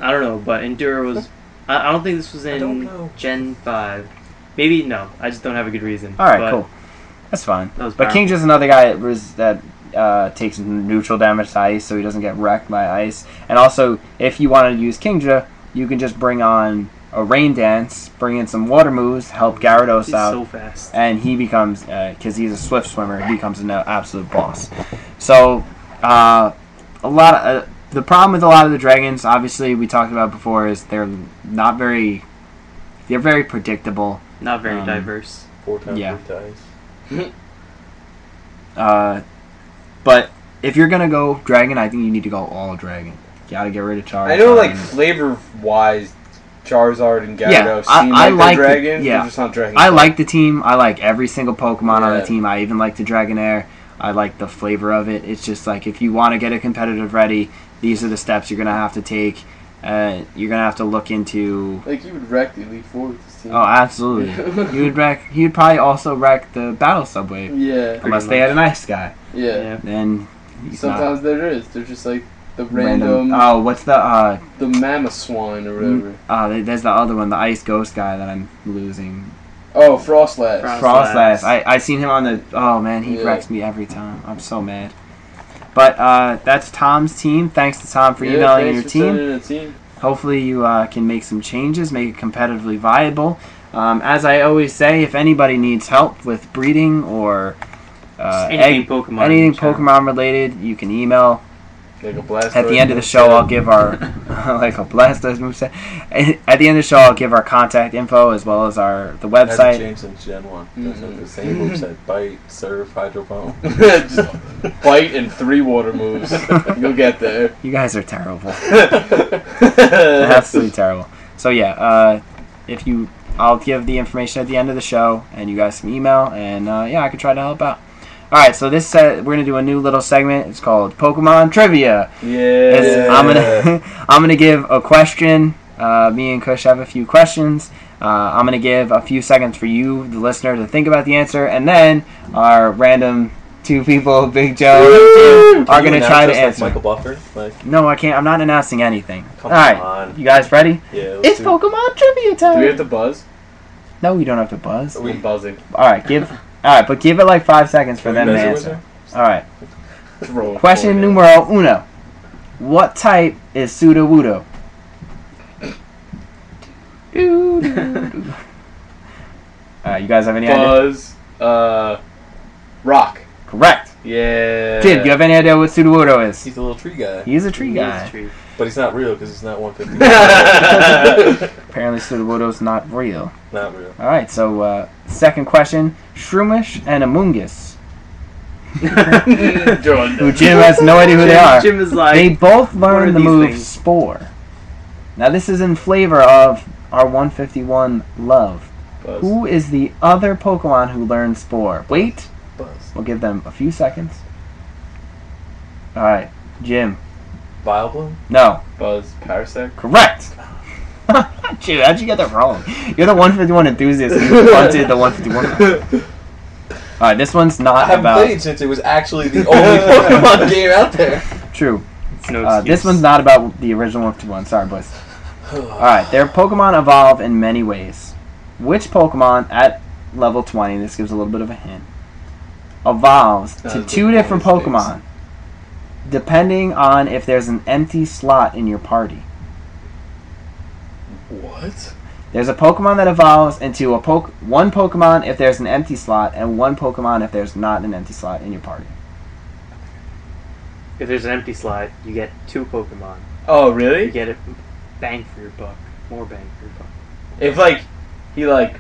S1: I don't know, but endure was. I, I don't think this was
S4: I don't
S1: in
S4: know.
S1: Gen Five. Maybe no. I just don't have a good reason.
S2: All right,
S1: but
S2: cool. That's fine.
S1: That was
S2: But King's just another guy that, res- that uh, takes neutral damage to ice, so he doesn't get wrecked by ice. And also, if you want to use Kingja, you can just bring on a rain dance, bring in some water moves, help Gyarados
S1: He's
S2: out,
S1: so fast.
S2: and he becomes because he's a swift swimmer, he becomes an absolute boss. So, uh, a lot. Of, uh, the problem with a lot of the dragons, obviously, we talked about before, is they're not very. They're very predictable.
S1: Not very
S2: um,
S1: diverse.
S4: Four times
S2: Yeah.
S4: yeah. dies.
S2: Uh, but if you're gonna go dragon, I think you need to go all dragon. Gotta get rid of Charizard.
S3: I know, like flavor wise, Charizard and Gyarados
S2: Yeah, I-
S3: seem
S2: I
S3: like,
S2: like the-
S3: they're dragons.
S2: yeah.
S3: They're just not dragons.
S2: I like the team. I like every single Pokemon on the
S3: Yeah.
S2: team. I even like the Dragonair. I like the flavor of it. It's just like if you want to get a competitive ready, these are the steps you're gonna have to take. Uh, you're gonna have to look into.
S3: Like you would wreck the Elite Four with this team.
S2: Oh, absolutely. you would wreck. He would probably also wreck the battle subway
S3: yeah,
S2: unless they had a nice guy.
S3: yeah.
S1: Yeah.
S2: Then he's not
S3: Sometimes there is. They're just like the random,
S2: Oh, what's the uh,
S3: the mammoth swine or whatever.
S2: Oh, there- there's the other one, the ice ghost guy that I'm losing.
S3: Oh, Frostlass.
S1: Frost-
S2: Frostlass.
S1: Frostlass.
S2: I I seen him on the. Oh man, he
S3: Yeah.
S2: wrecks me every time. I'm so mad. But uh, that's Tom's team. Thanks to Tom for
S3: Yeah,
S2: emailing your
S3: thanks
S2: team.
S3: for sending in a team.
S2: Hopefully, you uh, can make some changes, make it competitively viable. Um, as I always say, if anybody needs help with breeding or uh,
S1: Just anything
S2: egg-
S1: Pokemon.
S2: anything
S1: in general.
S2: Pokemon related, you can email
S3: Like a blast.
S2: at the end of the show, I'll give our like a blast those moveset. At the end of the show, I'll give our contact info as well as our the
S4: Hasn't
S2: website.
S4: changed since Gen One.
S3: Mhm.
S4: Doesn't the same move said bite, surf, hydropone.
S3: just bite and three water moves. You'll get there.
S2: You guys are terrible, absolutely terrible. So yeah, uh, if you, I'll give the information at the end of the show, and you guys can email, and uh, yeah, I can try to help out. All right, so this uh, we're gonna do a new little segment. It's called Pokemon Trivia.
S3: yeah.
S2: It's- I'm gonna I'm gonna give a question. Uh, me and Kush have a few questions. Uh, I'm gonna give a few seconds for you, the listener, to think about the answer, and then our random two people, Big Joe, and Tim, are
S4: Can you
S2: gonna
S4: announce
S2: try to
S4: us like
S2: answer.
S4: Michael Buffer. Like,
S2: No, I can't. I'm not announcing anything.
S4: come
S2: All right,
S4: on.
S2: you guys ready?
S4: Yeah, let's
S2: It's
S4: do-
S2: Pokemon trivia
S3: Do
S2: time.
S3: we have to buzz?
S2: no, you don't have to buzz.
S4: We-
S3: I'm buzzing.
S2: All right, give. All right, but give it like five seconds for
S4: Can we
S2: them to
S4: measure with
S2: answer.
S4: her?
S2: All right.
S3: Throw it
S2: Question
S3: forward.
S2: numero uno. What type is Sudowoodo? uh, you guys have any idea?
S3: Buzz. Uh, rock.
S2: Correct.
S1: Uh,
S3: Yeah.
S2: Kid, do you have any idea what Sudowoodo is?
S4: He's a little tree guy,
S2: He's a tree
S1: He is
S2: guy.
S1: tree.
S4: but he's not real because he's not 150.
S3: That's
S2: Apparently, Sudowoodo's not real.
S4: not real.
S2: All right. So, uh, second question: Shroomish and Amoongus. Who Jim has no idea who they
S1: Jim-
S2: are.
S1: Jim is like
S2: They both learned
S1: are
S2: the
S1: these
S2: move
S1: things?
S2: Spore. Now, this is in flavor of our 151 love. Who is the other Pokemon who learns Spore? Wait,
S4: Buzz.
S2: we'll give them a few seconds. Alright, Jim,
S4: Vileplume?
S2: No,
S3: Buzz Parsec.
S2: correct. Dude, how'd you get that wrong? You're the 151 enthusiast. You punted the 151. All right, this one's
S4: I
S2: not
S4: haven't
S2: about
S4: played since it was actually the only Pokemon game out there.
S2: true.
S1: It's no
S2: Uh,
S1: excuse.
S2: this one's not about the original 151. Sorry, boys. All right, their Pokemon evolve in many ways. Which Pokemon at level 20? This gives a little bit of a hint. Evolves
S3: That
S2: to
S3: was
S2: two
S3: Uh, the
S2: different
S3: funniest things.
S2: Pokemon, depending on if there's an empty slot in your party.
S4: What?
S2: There's a Pokemon that evolves into a poke one Pokemon if there's an empty slot, and one Pokemon if there's not an empty slot in your party.
S1: If there's an empty slot, you get two Pokemon.
S3: Oh,
S1: You
S3: really?
S1: get a bang for your buck. More bang for your buck.
S3: If like he like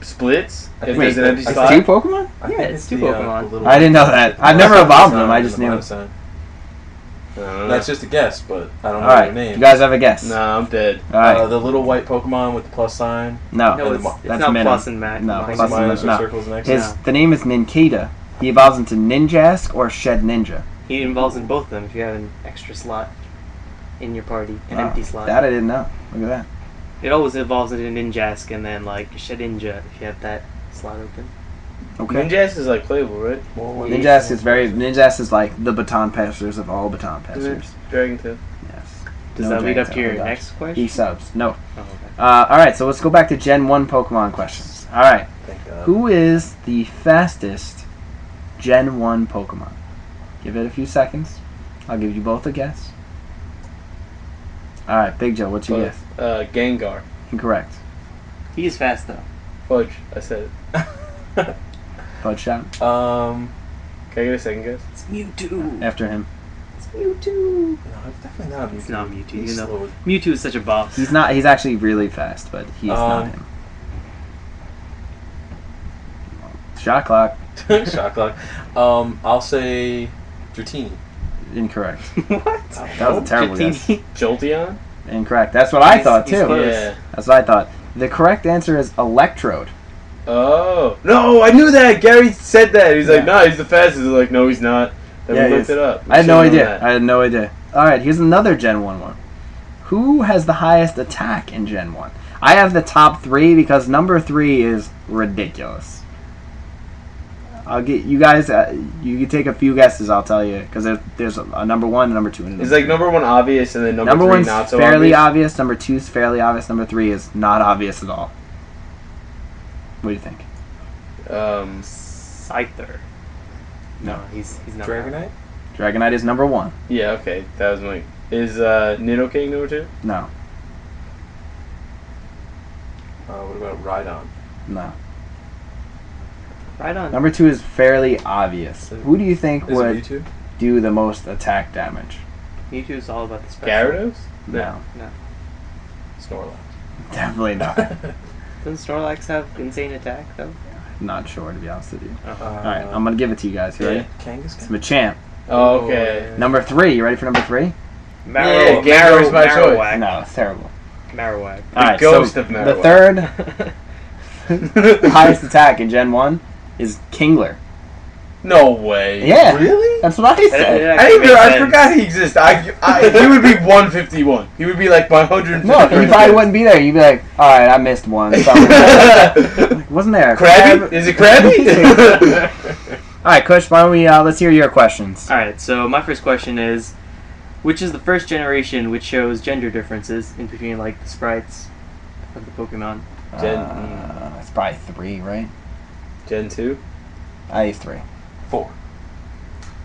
S3: splits, if
S4: I think
S3: there's an
S4: that-
S3: empty
S4: I think
S2: It's
S3: slot.
S2: two Pokemon.
S4: I
S1: Yeah,
S4: think
S1: it's two
S4: the, uh,
S1: Pokemon.
S4: the little-
S2: I didn't know that. I've never evolved them. I just
S4: The
S2: knew.
S4: planet sign.
S3: I don't know.
S4: That's just a guess, but I don't
S2: All
S4: know
S2: right,
S4: their name.
S2: you guys have a guess.
S3: Nah, I'm dead.
S2: All right,
S4: uh, the little white Pokemon with the plus sign.
S2: no,
S1: No,
S4: and
S1: it's,
S4: the mo-
S1: it's
S2: that's
S1: not
S2: minimum.
S1: plus and max.
S2: No,
S1: minus.
S4: Plus
S2: plus and
S4: minus or
S2: no.
S4: circles next.
S2: His
S1: No.
S2: the name is Ninkita. He evolves into Ninjask or Shed Ninja.
S1: He involves in both of them if you have an extra slot in your party, an
S2: Wow.
S1: empty slot.
S2: That I didn't know. Look at that.
S1: It always evolves into Ninjask and then like Shedinja if you have that slot open.
S2: Okay.
S3: Ninjas is like playable, right?
S4: Well,
S2: Ninjask is very Ninjask is like the baton passers of all baton passers.
S3: Dragon Tail.
S2: Yes.
S1: Does
S2: No
S1: that lead
S2: Dragon
S1: up to
S2: Tail,
S1: your
S2: oh my gosh.
S1: next question?
S2: E subs. No.
S1: Oh, okay.
S2: Uh, all right, so let's go back to Gen One Pokemon questions. All right,
S4: Thank God.
S2: who is the fastest Gen One Pokemon? Give it a few seconds. I'll give you both a guess. All right, Big Joe, what's your guess?
S3: Uh, Gengar.
S2: Incorrect.
S1: He's fast though.
S3: Fudge. I said it.
S2: Bud shot
S4: Um,
S3: Can I get a second guess?
S1: It's Mewtwo.
S2: after him.
S1: It's Mewtwo.
S4: no, it's definitely not Mewtwo.
S1: It's not Mewtwo,
S4: He's
S1: you know.
S4: slower.
S1: Mewtwo is such a boss.
S2: He's not. He's actually really fast, but he's not
S4: Um,
S2: him. Shot clock
S4: Shot clock. Um, I'll say Dratini.
S2: incorrect.
S1: what?
S2: That was a terrible guess.
S1: Dratini.
S3: Jolteon?
S2: Incorrect. That's what I
S1: He's-
S2: thought
S1: he's
S2: too.
S1: close.
S3: Yeah.
S2: That's what I thought. The correct answer is electrode.
S3: Oh. No, I knew that. Gary said that. He's
S2: Yeah.
S3: like, no, he's the fastest. I was like, no, he's not. Then
S2: Yeah,
S3: we
S2: he is.
S3: looked it up. We
S2: I had no
S3: should've known
S2: idea.
S3: that.
S2: I had no idea. All right, here's another Gen One one. Who has the highest attack in Gen One? I have the top three because number three is ridiculous. I'll get you guys. Uh, you can take a few guesses. I'll tell you because there's, there's a, a number one, a number two, and a
S3: It's like number one obvious and then number,
S2: number
S3: three
S2: one's
S3: not so
S2: fairly
S3: obvious.
S2: obvious. Number two's fairly obvious. Number three is not obvious at all. What do you think?
S3: um,
S1: Scyther. No, he's he's not.
S4: Dragonite.
S2: Dragonite is number one.
S3: Um, yeah, okay. That was my. Is uh, Nidoking number two?
S2: No,
S4: Uh, what about Rhydon?
S2: no.
S1: Right on.
S2: Number two is fairly obvious. Who do you think
S4: Is
S2: would
S4: it Mewtwo?
S2: do the most attack damage?
S1: Mewtwo is all about the special.
S3: Gyarados?
S2: No,
S4: Snorlax.
S2: definitely not.
S1: Doesn't Snorlax have insane attack though?
S2: not sure to be honest with you.
S1: Uh-huh.
S2: All right, I'm gonna give it to you guys. You ready?
S4: Yeah.
S2: It's
S4: Kangaskhan.
S2: Machamp.
S3: Uh, Oh, okay.
S2: Number three. You ready for number three?
S1: Marrow,
S3: Yeah, Gyarados by
S1: Marowak.
S2: No, it's terrible.
S1: Marowak.
S2: All right,
S3: ghost
S2: so
S3: of
S2: the
S3: Marowak.
S2: third Oh, highest attack in Gen One is Kingler.
S3: no way.
S2: Yeah,
S4: Really?
S2: that's what I said.
S1: Yeah,
S3: I, didn't even,
S1: makes
S3: I
S1: sense.
S3: forgot he existed. I, I, he would be 151. He would be like my 151.
S2: No, you probably wouldn't be there. You'd be like, all right, I missed one. Something.
S3: Krabby?
S2: Wasn't there a crab?
S3: Is it Krabby?
S2: All right, Kush, why don't we, uh, let's hear your questions.
S1: All right. So my first question is, which is the first generation which shows gender differences in between like the sprites of the Pokemon?
S3: Gen-
S2: Uh, it's probably three, right?
S3: Gen 2?
S2: I have three.
S4: Four.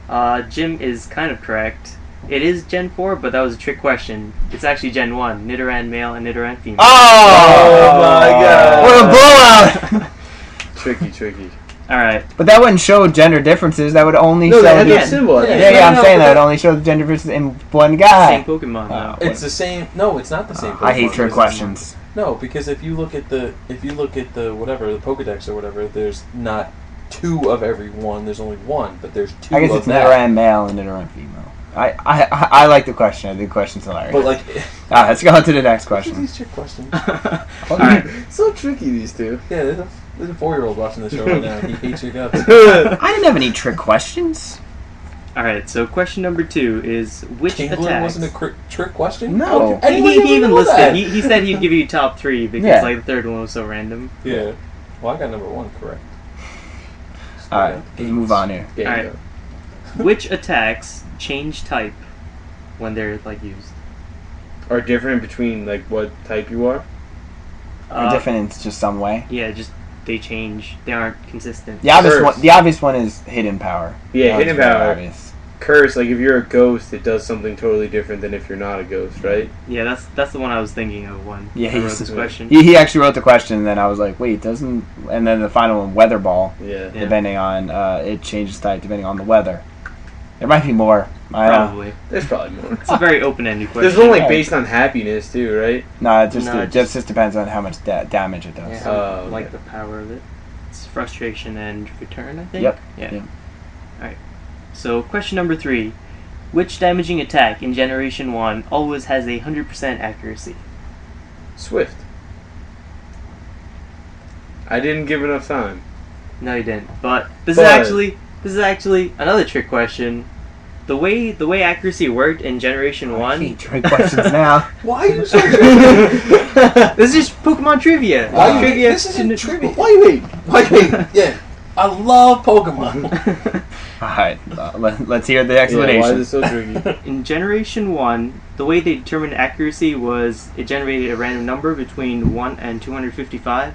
S1: Uh, Jim is kind of correct. It is Gen 4, but that was a trick question. It's actually Gen 1. Nidoran male and Nidoran female.
S3: Oh my God.
S2: What a blowout!
S3: Tricky, tricky.
S1: Alright.
S2: but that wouldn't show gender differences. That would only
S3: No,
S2: show.
S3: they had
S2: the-
S3: no
S1: again.
S3: symbol.
S4: Yeah,
S2: yeah,
S4: no,
S2: yeah, I'm
S4: no,
S2: saying
S4: but
S2: that would
S4: that-
S2: only show the gender differences in one guy.
S1: Same Pokemon,
S2: Oh.
S1: though.
S4: It's the same. No, it's not the same.
S2: Uh, I hate
S4: Pokemon.
S2: your
S4: It's-
S2: questions.
S4: No, because if you look at the if you look at the whatever the Pokedex or whatever, there's not two of every one. There's only one, but there's two
S2: I guess
S4: of
S2: it's
S4: that.
S2: Nidoran male and Nidoran female. I, I, I, I like the question. I think the question's hilarious.
S4: But like,
S2: All right, let's go on to the next question.
S4: these trick questions.
S1: Alright.
S3: So tricky, these two.
S4: Yeah, there's a, there's a four year old watching this show right now. He hates your guts.
S2: I didn't have any trick questions.
S1: All right. So question number two is which
S4: Kingler
S1: attacks?
S4: wasn't a cri- trick question.
S2: No.
S1: He,
S4: Anyone
S1: he
S4: ever
S1: even
S4: know
S1: listed.
S4: that?
S1: He, he said he'd give you top three because
S2: Yeah.
S1: like the third one was so random.
S4: Yeah. Well, I got number one correct.
S2: All right, let's move on here.
S4: Bingo.
S1: All right. Which attacks change type when they're like used?
S3: Are different between like what type you are.
S1: Uh,
S2: Or different in just some way.
S1: Yeah, just they change. They aren't consistent.
S2: The obvious
S3: Curse.
S2: one. The obvious one is hidden power.
S3: Yeah,
S2: That was
S3: hidden
S2: really
S3: power.
S2: obvious.
S3: Curse, like if you're a ghost, it does something totally different than if you're not a ghost, right?
S1: Yeah, that's that's the one I was thinking of when
S2: Yeah,
S1: I wrote
S2: he's-
S1: this question.
S2: He, he actually wrote the question, and then I was like, wait, doesn't? And then the final one, weather ball,
S3: Yeah.
S1: Yeah.
S2: depending on uh, it changes type depending on the weather. There might be more. I don't know.
S1: Probably.
S3: There's probably more.
S1: It's a very open-ended question.
S3: There's one like based on happiness too, right?
S2: No, it just
S1: No,
S2: it
S1: it
S2: just, just depends on how much da- damage it does.
S1: Yeah,
S3: Oh,
S1: I like
S3: okay.
S1: the power of it. It's frustration and return, I think.
S2: Yep.
S1: Yeah.
S2: Yeah.
S1: All right. So, question number three: Which damaging attack in Generation One always has a hundred percent accuracy?
S3: Swift. I didn't give enough time.
S1: No, you didn't. But this
S3: But-
S1: is actually this is actually another trick question. The way the way accuracy worked in Generation
S2: I
S1: One.
S2: hate trick questions now.
S4: Why are you so?
S1: This is just Pokemon trivia.
S4: Why you
S1: trivia.
S4: This isn't trivia.
S3: Why you wait?
S4: Why you? Yeah. I love Pokemon.
S2: All right, uh, let, let's hear the
S3: Yeah,
S2: explanation.
S3: why is it so tricky?
S1: In Generation 1, the way they determined accuracy was it generated a random number between 1 and 255,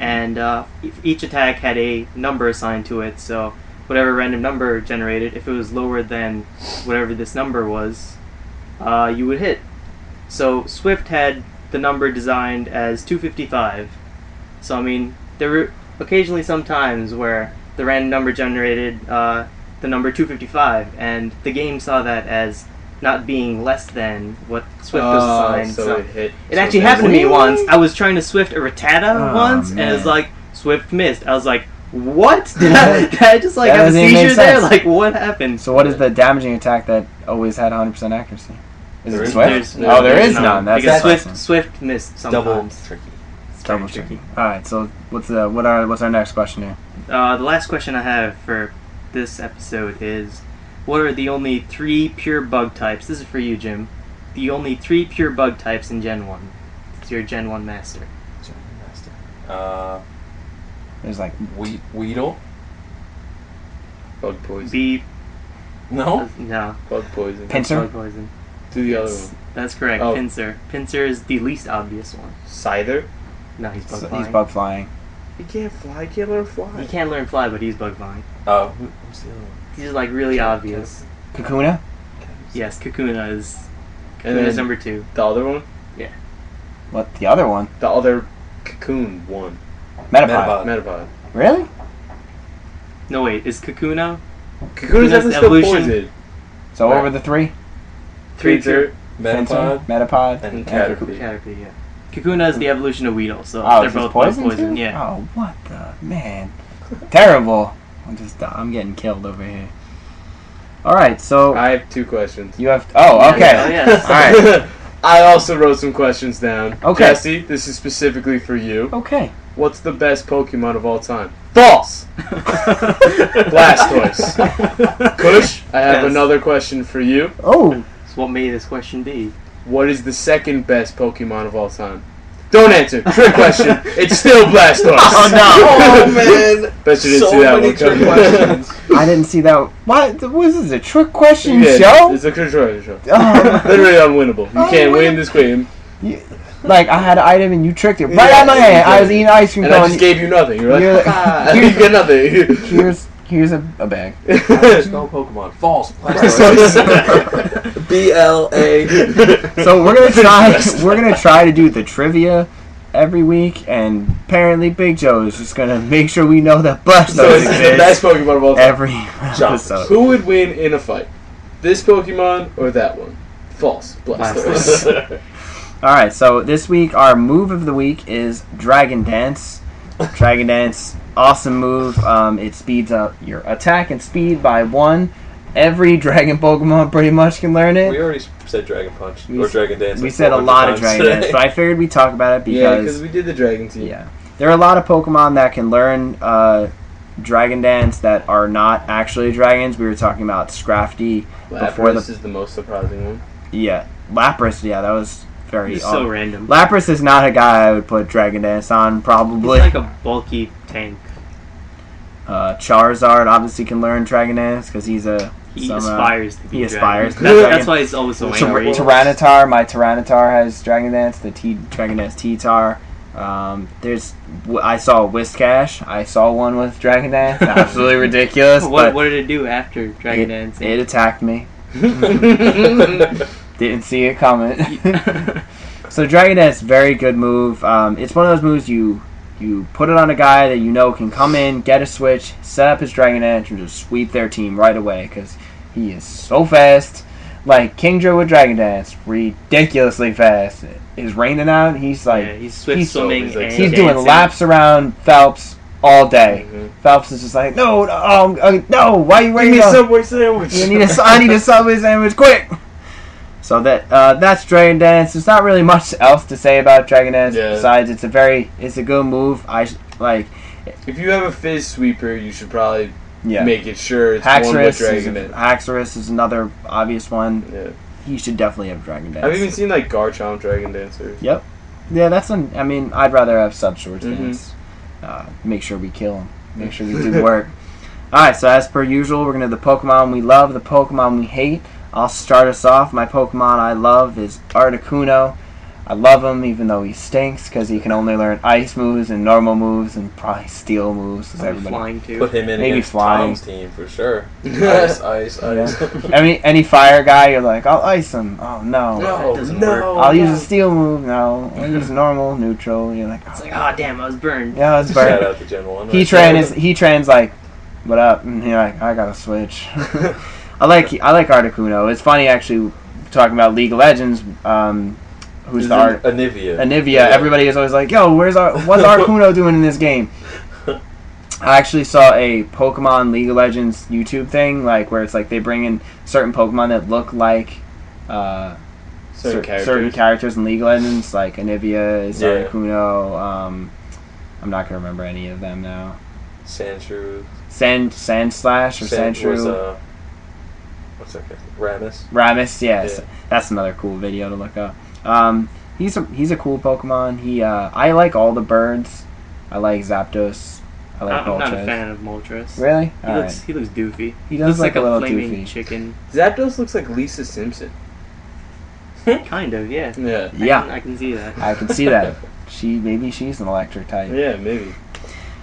S1: and uh, e- each attack had a number assigned to it, so whatever random number generated, if it was lower than whatever this number was, uh, you would hit. So Swift had the number designed as 255. So, I mean, there were occasionally some times where the random number generated uh, the number 255, and the game saw that as not being less than what Swift was
S3: Oh,
S1: assigned.
S3: so
S1: so-
S3: it hit.
S1: it actually
S3: so
S1: happened to me
S2: Really?
S1: once. I was trying to Swift a Rattata
S2: Aw,
S1: once, and it was
S2: Oh, man.
S1: like, Swift missed. I was like, what? Did I, did I just like
S2: That
S1: have a
S2: doesn't even make
S1: seizure there?
S2: sense.
S1: Like, what happened?
S2: So what is the damaging attack that always had 100% accuracy? Is
S4: There
S2: it
S4: is-
S2: Swift?
S1: There's-
S2: oh, there
S1: there's
S2: is none. That's
S1: because
S2: awesome.
S1: Swift Swift missed
S4: Double
S1: sometimes.
S4: tricky.
S1: It's very
S2: Double tricky. All right. So what's the what are what's our next question here?
S1: Uh, the last question I have for this episode is, what are the only three pure bug types? This is for you, Jim. The only three pure bug types in Gen One. It's your Gen One master.
S4: Uh,
S2: There's like
S4: we Weedle.
S3: Bug poison.
S1: B.
S4: No.
S1: No.
S3: Bug poison.
S2: Pincer?
S1: Bug poison.
S3: Do the other
S1: Yes.
S3: one.
S1: That's correct.
S3: Oh.
S1: Pincer. Pincer is the least obvious one.
S3: Scyther.
S1: No, he's bug flying.
S2: he's bug flying.
S3: He can't fly. He can't learn to fly.
S1: He can't learn fly, but he's bug flying.
S4: Uh, who, who's the other one?
S1: He's just like really
S4: Cap-
S1: obvious.
S2: Kakuna.
S1: Yes, Kakuna is.
S3: And
S1: Kakuna's
S3: then-
S1: number two.
S3: The other one.
S2: What the other one?
S3: The other cocoon one.
S2: Metapod.
S1: Uh,
S4: Metapod.
S3: Metapod.
S2: Really?
S1: No wait, is Kakuna
S3: Cocoon's
S1: That's
S3: definitely
S1: the
S3: still
S1: evolution.
S3: poison.
S2: So
S4: Right.
S2: over the three.
S1: three pure
S3: Pincer
S2: Pinsir,
S4: Metapod.
S2: Metapod.
S4: And
S3: Caterpie.
S1: Caterpie, yeah. Kakuna is the evolution of Weedle, so
S2: Oh,
S1: they're
S2: is this
S1: both
S2: poison,
S1: both poison.
S2: too?
S1: Yeah.
S2: Oh, what the man? Terrible. I'm just uh, I'm getting killed over here. All right. So
S3: I have two questions.
S2: you have. Oh,
S1: Yeah,
S2: okay.
S1: yeah, yeah.
S2: All right.
S3: I also wrote some questions down.
S2: Okay.
S3: Jesse, this is specifically for you.
S2: Okay.
S3: What's the best Pokemon of all time? False!
S2: Oh.
S3: Blastoise. Kush, I have
S1: Yes.
S3: another question for you.
S2: Oh,
S1: So what may this question be?
S3: What is the second best Pokemon of all time? Don't answer. Trick question. It's still Blastoise.
S2: Oh, no.
S4: man!
S3: Bet you didn't
S4: so
S3: see that
S4: many
S3: one
S4: trick
S3: coming.
S4: questions.
S2: I didn't see that. What? What is this? A trick question
S3: Yeah,
S2: show?
S3: It's a trick question show.
S2: Oh,
S3: Literally unwinnable. You can't win this game.
S2: Like I had an item and you tricked it right
S3: Yeah,
S2: out of my hand. I was
S3: exactly.
S2: eating ice cream
S3: And I
S2: cone.
S3: just gave you nothing. You're like,
S2: You're like-
S3: "Ah, you get nothing.
S2: here's here's a, a bag.
S4: Let's go Pokemon. False. B L A.
S2: So we're gonna try we're gonna try to do the trivia every week, and apparently Big Joe is just gonna make sure we know that
S3: So
S2: Blastoise
S3: it's the
S2: exists
S3: best Pokemon of all time.
S2: every episode.
S3: Who would win in a fight? This Pokemon or that one? False. Blastoise.
S2: All right, so this week our move of the week is Dragon Dance. Dragon Dance, awesome move. Um, it speeds up your attack and speed by one. Every Dragon Pokemon pretty much can learn it.
S4: We already said Dragon Punch
S2: We
S4: or
S2: s-
S4: Dragon Dance.
S2: We
S4: like
S2: said a
S4: 400
S2: lot of
S4: times
S2: Dragon
S4: today.
S2: Dance, but I figured we'd talk about it
S3: yeah,
S2: because
S3: because we did the Dragon Team.
S2: yeah, there are a lot of Pokemon that can learn uh, Dragon Dance that are not actually dragons. We were talking about Scrafty before
S3: Lapras
S2: the
S3: is the most surprising one.
S2: yeah Lapras. Yeah, that was very
S1: It's
S2: odd.
S1: so random.
S2: Lapras is not a guy I would put Dragon Dance on. Probably
S1: He's like a bulky tank.
S2: uh, Charizard obviously can learn Dragon Dance because he's a
S1: He
S2: some, uh,
S1: aspires to be.
S2: he
S1: a
S2: aspires
S1: dragon.
S2: to be a
S1: That's,
S2: dragon.
S1: that's why he's always so
S2: Tyr-
S1: angry.
S2: Tyranitar, my Tyranitar has Dragon Dance, the T Dragon Dance T-Tar. Um, there's, w- I saw a Whiskash. I saw one with Dragon Dance. Absolutely ridiculous.
S1: What,
S2: but
S1: what did it do after Dragon
S2: it,
S1: Dance?
S2: It attacked me. Didn't see it coming. so Dragon Dance, very good move. Um, it's one of those moves you you put it on a guy that you know can come in, get a switch, set up his Dragon Dance, and just sweep their team right away because he is so fast. Like Kingdra with Dragon Dance, ridiculously fast. Is raining out. He's like
S1: yeah, he's swift
S2: he's-
S1: swimming.
S3: he's like-
S1: and
S2: he's doing
S1: dancing.
S2: laps around Phelps all day.
S3: Mhm.
S2: Phelps is just like, no, no, oh, oh, no, why are you
S3: Bring
S2: waiting?
S3: me
S2: on-
S3: Subway sandwich.
S2: you need a, I need a Subway sandwich, quick! So that uh, that's Dragon Dance. There's not really much else to say about Dragon Dance
S3: Yeah.
S2: besides it's a very it's a good move. I sh- like
S3: If you have a fizz sweeper, you should probably
S2: yeah.
S3: make it sure it's one with
S2: Haxorus is,
S3: dragon. in it.
S2: Haxorus is another obvious one.
S3: Yeah.
S2: He should definitely have Dragon Dance.
S3: I've even seen like Garchomp Dragon Dancer.
S2: yeah, that's an. I mean, I'd rather have Sub Swords
S3: Mhm.
S2: Dance. Uh, make sure we kill him. Make sure we do work. All right, so as per usual, we're gonna have the Pokemon we love, the Pokemon we hate. I'll start us off. My Pokemon I love is Articuno. I love him even though he stinks because he can only learn ice moves and normal moves and probably steel moves. 'cause
S1: He's
S2: everybody-
S1: flying too.
S4: Put him in
S2: Maybe
S4: against
S2: flying.
S4: Tom's team for sure. Ice, ice, ice.
S2: Any any fire guy, you're like, I'll ice him. Oh no.
S4: No,
S1: That doesn't
S4: no.
S2: I'll use a steel move. No, I'll use normal, neutral. You're like,
S1: It's like, oh damn, I was burned.
S2: yeah, it's
S4: Shout
S2: burn.
S4: out to Gen One.
S2: He
S4: right
S2: train
S4: there.
S2: is he trains like, what up? And he like I got to switch. I like I like Articuno. It's funny actually talking about League of Legends. Um, who's
S4: Is
S2: the Ar-
S4: it Anivia.
S2: Anivia?
S4: Yeah.
S2: Everybody is always like, yo, where's Ar- what's Articuno doing in this game? I actually saw a Pokemon League of Legends YouTube thing like where it's like they bring in certain Pokemon that look like. Uh,
S3: Certain
S2: cer-
S3: characters.
S2: certain characters in League of Legends, like Anivia, is
S4: Yeah.
S2: Articuno. Um, I'm not gonna remember any of them now.
S4: Sandshrew.
S2: Sand Sand Slash or
S4: Sand-
S2: Sandshrew.
S4: was, uh, What's that guy's name? Ramus.
S2: Ramus, yes,
S4: Yeah.
S2: that's another cool video to look up. Um, he's a he's a cool Pokemon. He uh, I like all the birds. I like Zapdos. I like
S1: I'm not a
S2: Moltres.
S1: fan of Moltres.
S2: Really?
S1: He
S2: All
S1: looks
S2: right.
S1: he looks doofy.
S2: He
S1: looks
S2: does look
S1: like
S2: a little
S1: flaming
S2: doofy.
S1: chicken.
S3: Zapdos looks like Lisa Simpson.
S1: Kind of, yeah.
S3: Yeah.
S1: I can,
S2: Yeah,
S1: I can see that.
S2: I can see that. She maybe she's an electric type.
S3: Yeah, maybe.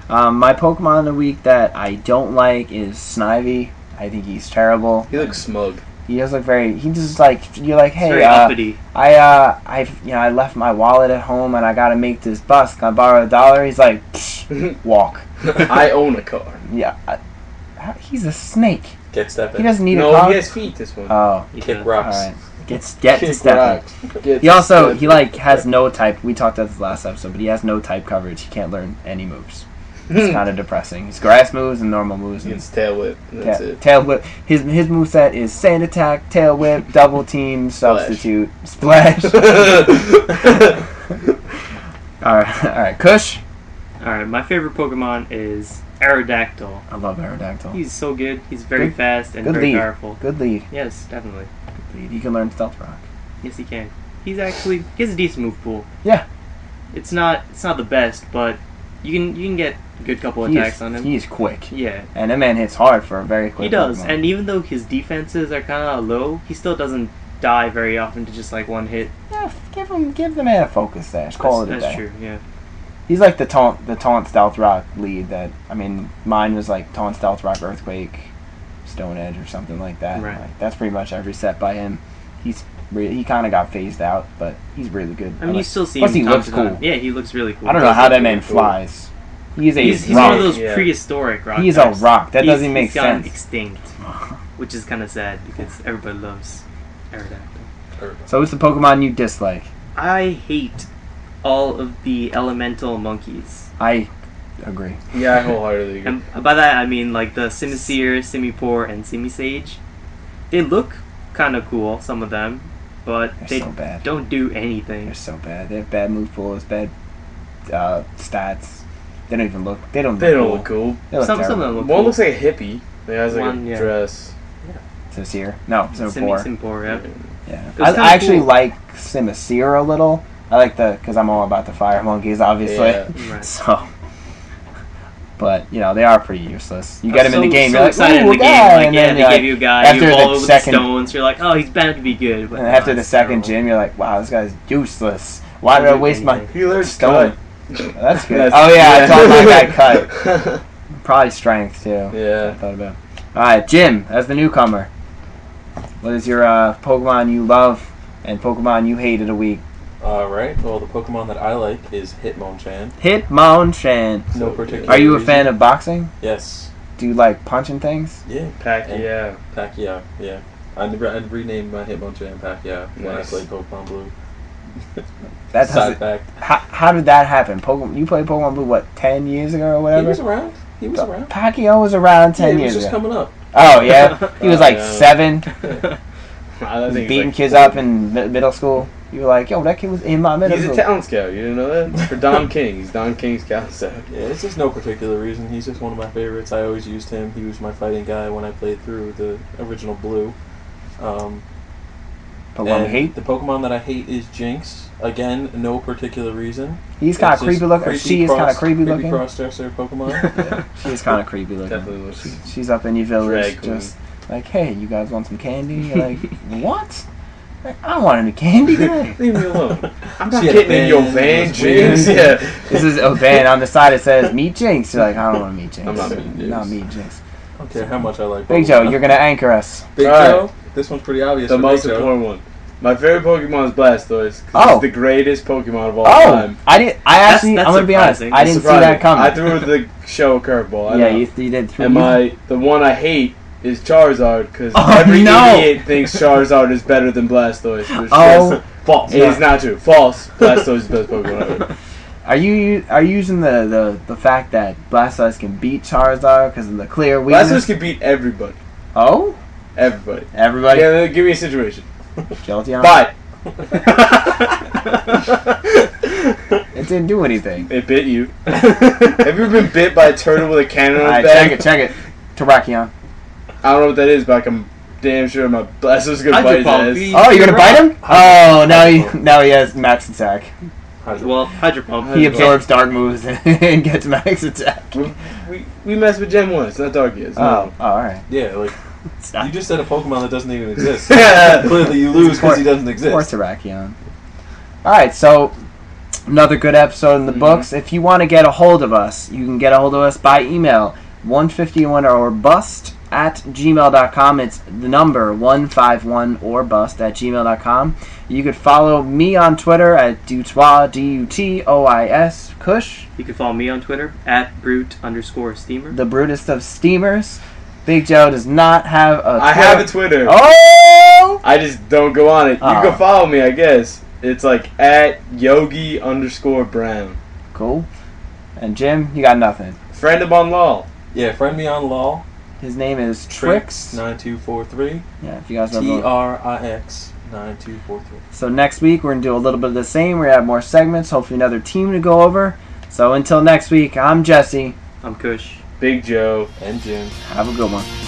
S2: Um, my Pokemon of the week that I don't like is Snivy. I think he's terrible.
S3: He looks smug.
S2: He does look very. He just like you're like,
S1: It's
S2: hey,
S1: very
S2: uh,
S1: uppity.
S2: I uh, I you know I left my wallet at home and I gotta make this bus. Can I borrow a dollar? He's like, "Psh, walk.
S3: I own a car.
S2: Yeah, I, how- he's a snake.
S4: Get step
S2: He
S4: in.
S2: doesn't need a
S3: No,
S2: car.
S3: he has feet. This one.
S2: oh,
S1: He's
S4: Kick
S1: a-
S2: all
S4: rocks.
S2: right. Gets get to
S3: Kick
S2: step.
S3: rocks.
S2: in. He also he like has no type. We talked about this last episode, but he has no type coverage. He can't learn any moves.
S3: Hmm.
S2: It's kind of depressing. His grass moves and normal moves.
S3: He
S2: And
S3: gets tail whip. and That's
S2: ta-
S3: it.
S2: Tail whip. His his moveset is sand attack, tail whip, double team,
S3: Splash.
S2: substitute, splash. all right, all right. Kush.
S1: Alright, my favorite Pokemon is Aerodactyl.
S2: I love Aerodactyl.
S1: He's so good, he's very
S2: Good-
S1: fast and
S2: good
S1: very
S2: lead.
S1: powerful.
S2: Good lead.
S1: Yes, definitely.
S2: Good lead. He can learn stealth rock.
S1: Yes he can. He's actually he has a decent move pool.
S2: Yeah.
S1: It's not it's not the best, but you can you can get a good couple
S2: He
S1: attacks
S2: is,
S1: on him.
S2: He is quick,
S1: yeah.
S2: and that man hits hard for a very quick.
S1: He does,
S2: Pokemon.
S1: and even though his defenses are kind of low, he still doesn't die very often to just like one hit.
S2: yeah, give him, give the man a focus dash. Call
S1: that's
S2: it a
S1: that's
S2: day.
S1: true. Yeah,
S2: He's like the taunt, the taunt stealth rock lead. That I mean, mine was like taunt stealth rock earthquake, stone edge or something like that.
S1: Right.
S2: Like, that's pretty much every set by him. He's re- he kind of got phased out, but he's really good.
S1: I mean,
S2: like-
S1: you still see.
S2: Plus,
S1: him
S2: he
S1: time
S2: looks
S1: to time.
S2: cool.
S1: Yeah, he looks really cool.
S2: I don't know how that
S3: really
S2: man
S3: cool.
S2: flies. He's a
S1: He's, he's
S2: rock.
S1: one of those
S3: yeah.
S1: prehistoric rock.
S2: He's a
S1: types.
S2: rock. That
S1: He's-
S2: doesn't make
S1: he's gone
S2: sense.
S1: Extinct, which is kind of sad because everybody loves Aerodactyl.
S4: Er,
S2: So it's the Pokemon you dislike.
S1: I hate all of the elemental monkeys,
S2: I agree.
S3: yeah, I wholeheartedly agree.
S1: and by that I mean like the Simisear, Simipour, and Simisage. They look kind of cool, some of them, but
S2: They're
S1: they
S2: so bad.
S1: don't do
S2: They're
S1: anything.
S2: so bad. They have bad move pools, bad uh, stats. They don't even look. They don't.
S3: They don't look cool.
S2: They look
S1: Some, some of
S2: terrible.
S1: them look
S3: One
S1: cool.
S3: looks like a hippie. The other has like
S1: One,
S3: a
S1: yeah.
S3: dress.
S2: Sincere. No,
S1: Simi-
S2: Singapore.
S1: Simpor, yeah.
S2: Yeah.
S1: It was
S2: I,
S1: kinda
S2: I actually
S1: cool.
S2: like Sincere a little. I like the because I'm all about the fire monkeys, obviously.
S3: Yeah.
S1: Right.
S2: So, but you know they are pretty useless. You get them
S1: so,
S2: in the game,
S1: So
S2: you're like,
S1: excited in
S2: "Ooh,
S1: the
S2: a
S1: game,
S2: guy,"
S1: like,
S2: and
S1: yeah,
S2: then
S1: they
S2: you're
S1: give
S2: like-
S1: you a guy,
S2: after
S1: you
S2: the
S1: ball over
S2: second-
S1: the stones, you're like, oh, he's bound to be good. But
S2: and
S1: no,
S2: after the
S1: it's
S2: second
S1: terrible.
S2: gym, you're like, wow, this guy's useless. Why did I
S1: Doesn't do
S2: waste my?
S1: anything.
S3: He learns
S2: Stone.
S3: stone.
S2: That's good. Oh yeah, I taught my guy cut. Probably strength too. I
S3: yeah.
S2: thought about. All right, Jim, as the newcomer, what is your uh, Pokemon you love and Pokemon you hate of the week?
S4: All right. Well, the Pokemon that I like is Hitmonchan.
S2: Hitmonchan.
S4: No
S3: So
S4: particular.
S2: Are you a
S4: reason.
S2: fan of boxing?
S4: Yes.
S2: Do you like punching things?
S4: Yeah.
S3: Pack, yeah.
S4: Pacquiao. Yeah. I never. I renamed my Hitmonchan Pacquiao when I
S3: Nice.
S4: played Pokemon Blue.
S2: That doesn't.
S4: Side fact.
S2: How, how did that happen? Pokemon, you played Pokemon Blue what ten years ago or
S4: He
S2: whatever.
S4: was around. He was around.
S2: Pacquiao was around
S4: Yeah,
S2: ten
S4: he was
S2: years
S4: just
S2: ago.
S4: coming up.
S2: oh yeah, he was like
S3: Oh, yeah.
S2: seven,
S3: I don't
S2: was
S3: think
S2: beating
S3: he's,
S2: kids up in mi- middle school. You were like, yo, that kid was in my
S3: like,
S2: middle
S3: he's a
S2: school.
S3: town scout. You didn't know that? For Don King. He's Don King's scout scout.
S4: Yeah, it's just no particular reason. He's just one of my favorites. I always used him. He was my fighting guy when I played through the original Blue. Um,
S2: Pokemon
S4: and
S2: Oh, hate.
S4: The Pokemon that I hate is Jinx. Again, no particular reason.
S2: He's kind of
S4: It's just
S2: creepy looking.
S4: creepy
S2: She is kind of
S4: cross-
S2: creepy looking.
S4: cross-dresser Pokemon.
S2: She is kind of creepy looking.
S3: Definitely looks.
S2: She's up in your village,
S3: Drag queen.
S2: just like, hey, you guys want some candy? You're like, what? Like, I don't want any candy. today."
S3: Leave me alone. I'm not
S4: She had a
S3: getting in your van,
S4: was weird.
S3: James. Yeah.
S2: this is oh, man on the side. It says meet Jinx. You're like, I don't want to meet Jinx.
S3: I'm not Oh,
S4: meeting Jinx.
S2: Not meet Jinx.
S4: I don't care how much I like.
S2: Big
S4: Pokemon.
S2: Joe, you're gonna anchor us.
S4: Big
S3: Alright.
S4: Joe. This one's pretty obvious.
S3: The
S4: for
S3: most
S4: Big Joe.
S3: important one. My favorite Pokemon is Blastoise. 'cause
S2: Oh.
S3: It's the greatest Pokemon of all
S2: Oh,
S3: time.
S2: I did. I
S1: That's-
S2: actually,
S1: that's
S2: I'm gonna be honest.
S1: surprising.
S2: I didn't see
S3: Surprising.
S2: that coming.
S3: I threw the show a curveball. I
S2: yeah,
S3: know.
S2: you, you did. Three,
S3: And my the one I hate is Charizard because
S2: Oh,
S3: every
S2: no.
S3: idiot thinks Charizard is better than Blastoise. Which is
S2: Oh.
S3: false. It is not true. False. Blastoise is the best Pokemon ever.
S2: are you are you using the, the, the fact that Blastoise can beat Charizard because of the clear weakness?
S3: Blastoise can beat everybody.
S2: oh,
S3: Everybody.
S2: everybody,
S3: yeah, then give me a situation.
S2: Jolteon.
S3: Bye.
S2: It didn't do anything.
S3: it bit you. Have you ever been bit by a turtle with a cannon
S2: All
S3: on
S2: right,
S3: its back?
S2: check it, check it. Terrakion.
S3: I don't know what that is, but I'm damn sure my Blastoise is gonna
S1: I
S3: bite
S1: do
S3: his
S1: probably
S3: ass.
S1: be-
S2: Oh, you're gonna bite him? Oh, now he
S4: Hydro.
S2: now he has max attack.
S4: Hydro.
S1: Well, Hydro Pump.
S2: He
S3: Hydro.
S2: absorbs dark moves and gets max attack.
S3: We, we, we messed with Gen 1. It's not Dark yet. It's
S2: Oh, oh all right.
S4: yeah, like
S2: Stop.
S4: you just said a Pokemon that doesn't even exist.
S3: normal.
S4: Clearly, you lose because he doesn't
S2: Or
S4: exist.
S2: Terrakion. All right, so another good episode in the
S3: Mhm.
S2: books. If you want to get a hold of us, you can get a hold of us by email 151 or bust at gmail.com. It's the number 151 or bust at gmail.com. You could follow me on Twitter at Dutois, D U T O I S, Cush,
S1: You can follow me on Twitter at brute underscore steamer.
S2: the brutest of steamers. Big Joe does not have a
S3: I have a Twitter.
S2: Oh!
S3: I just don't go on it.
S2: Oh.
S3: You can follow me, I guess. It's like at yogi underscore brown.
S2: Cool. And Jim, you got nothing.
S3: Friend of on law.
S4: Yeah, friend me on LOL.
S2: His name is Trix.
S4: nine two four three.
S2: Yeah, if you guys
S4: T
S2: remember.
S4: R I X nine two four three.
S2: So next week we're gonna do a little bit of the same. We're gonna have more segments. Hopefully another team to go over. So until next week, I'm Jesse.
S1: I'm Kush.
S3: Big Joe.
S4: And Jim.
S2: Have a good one.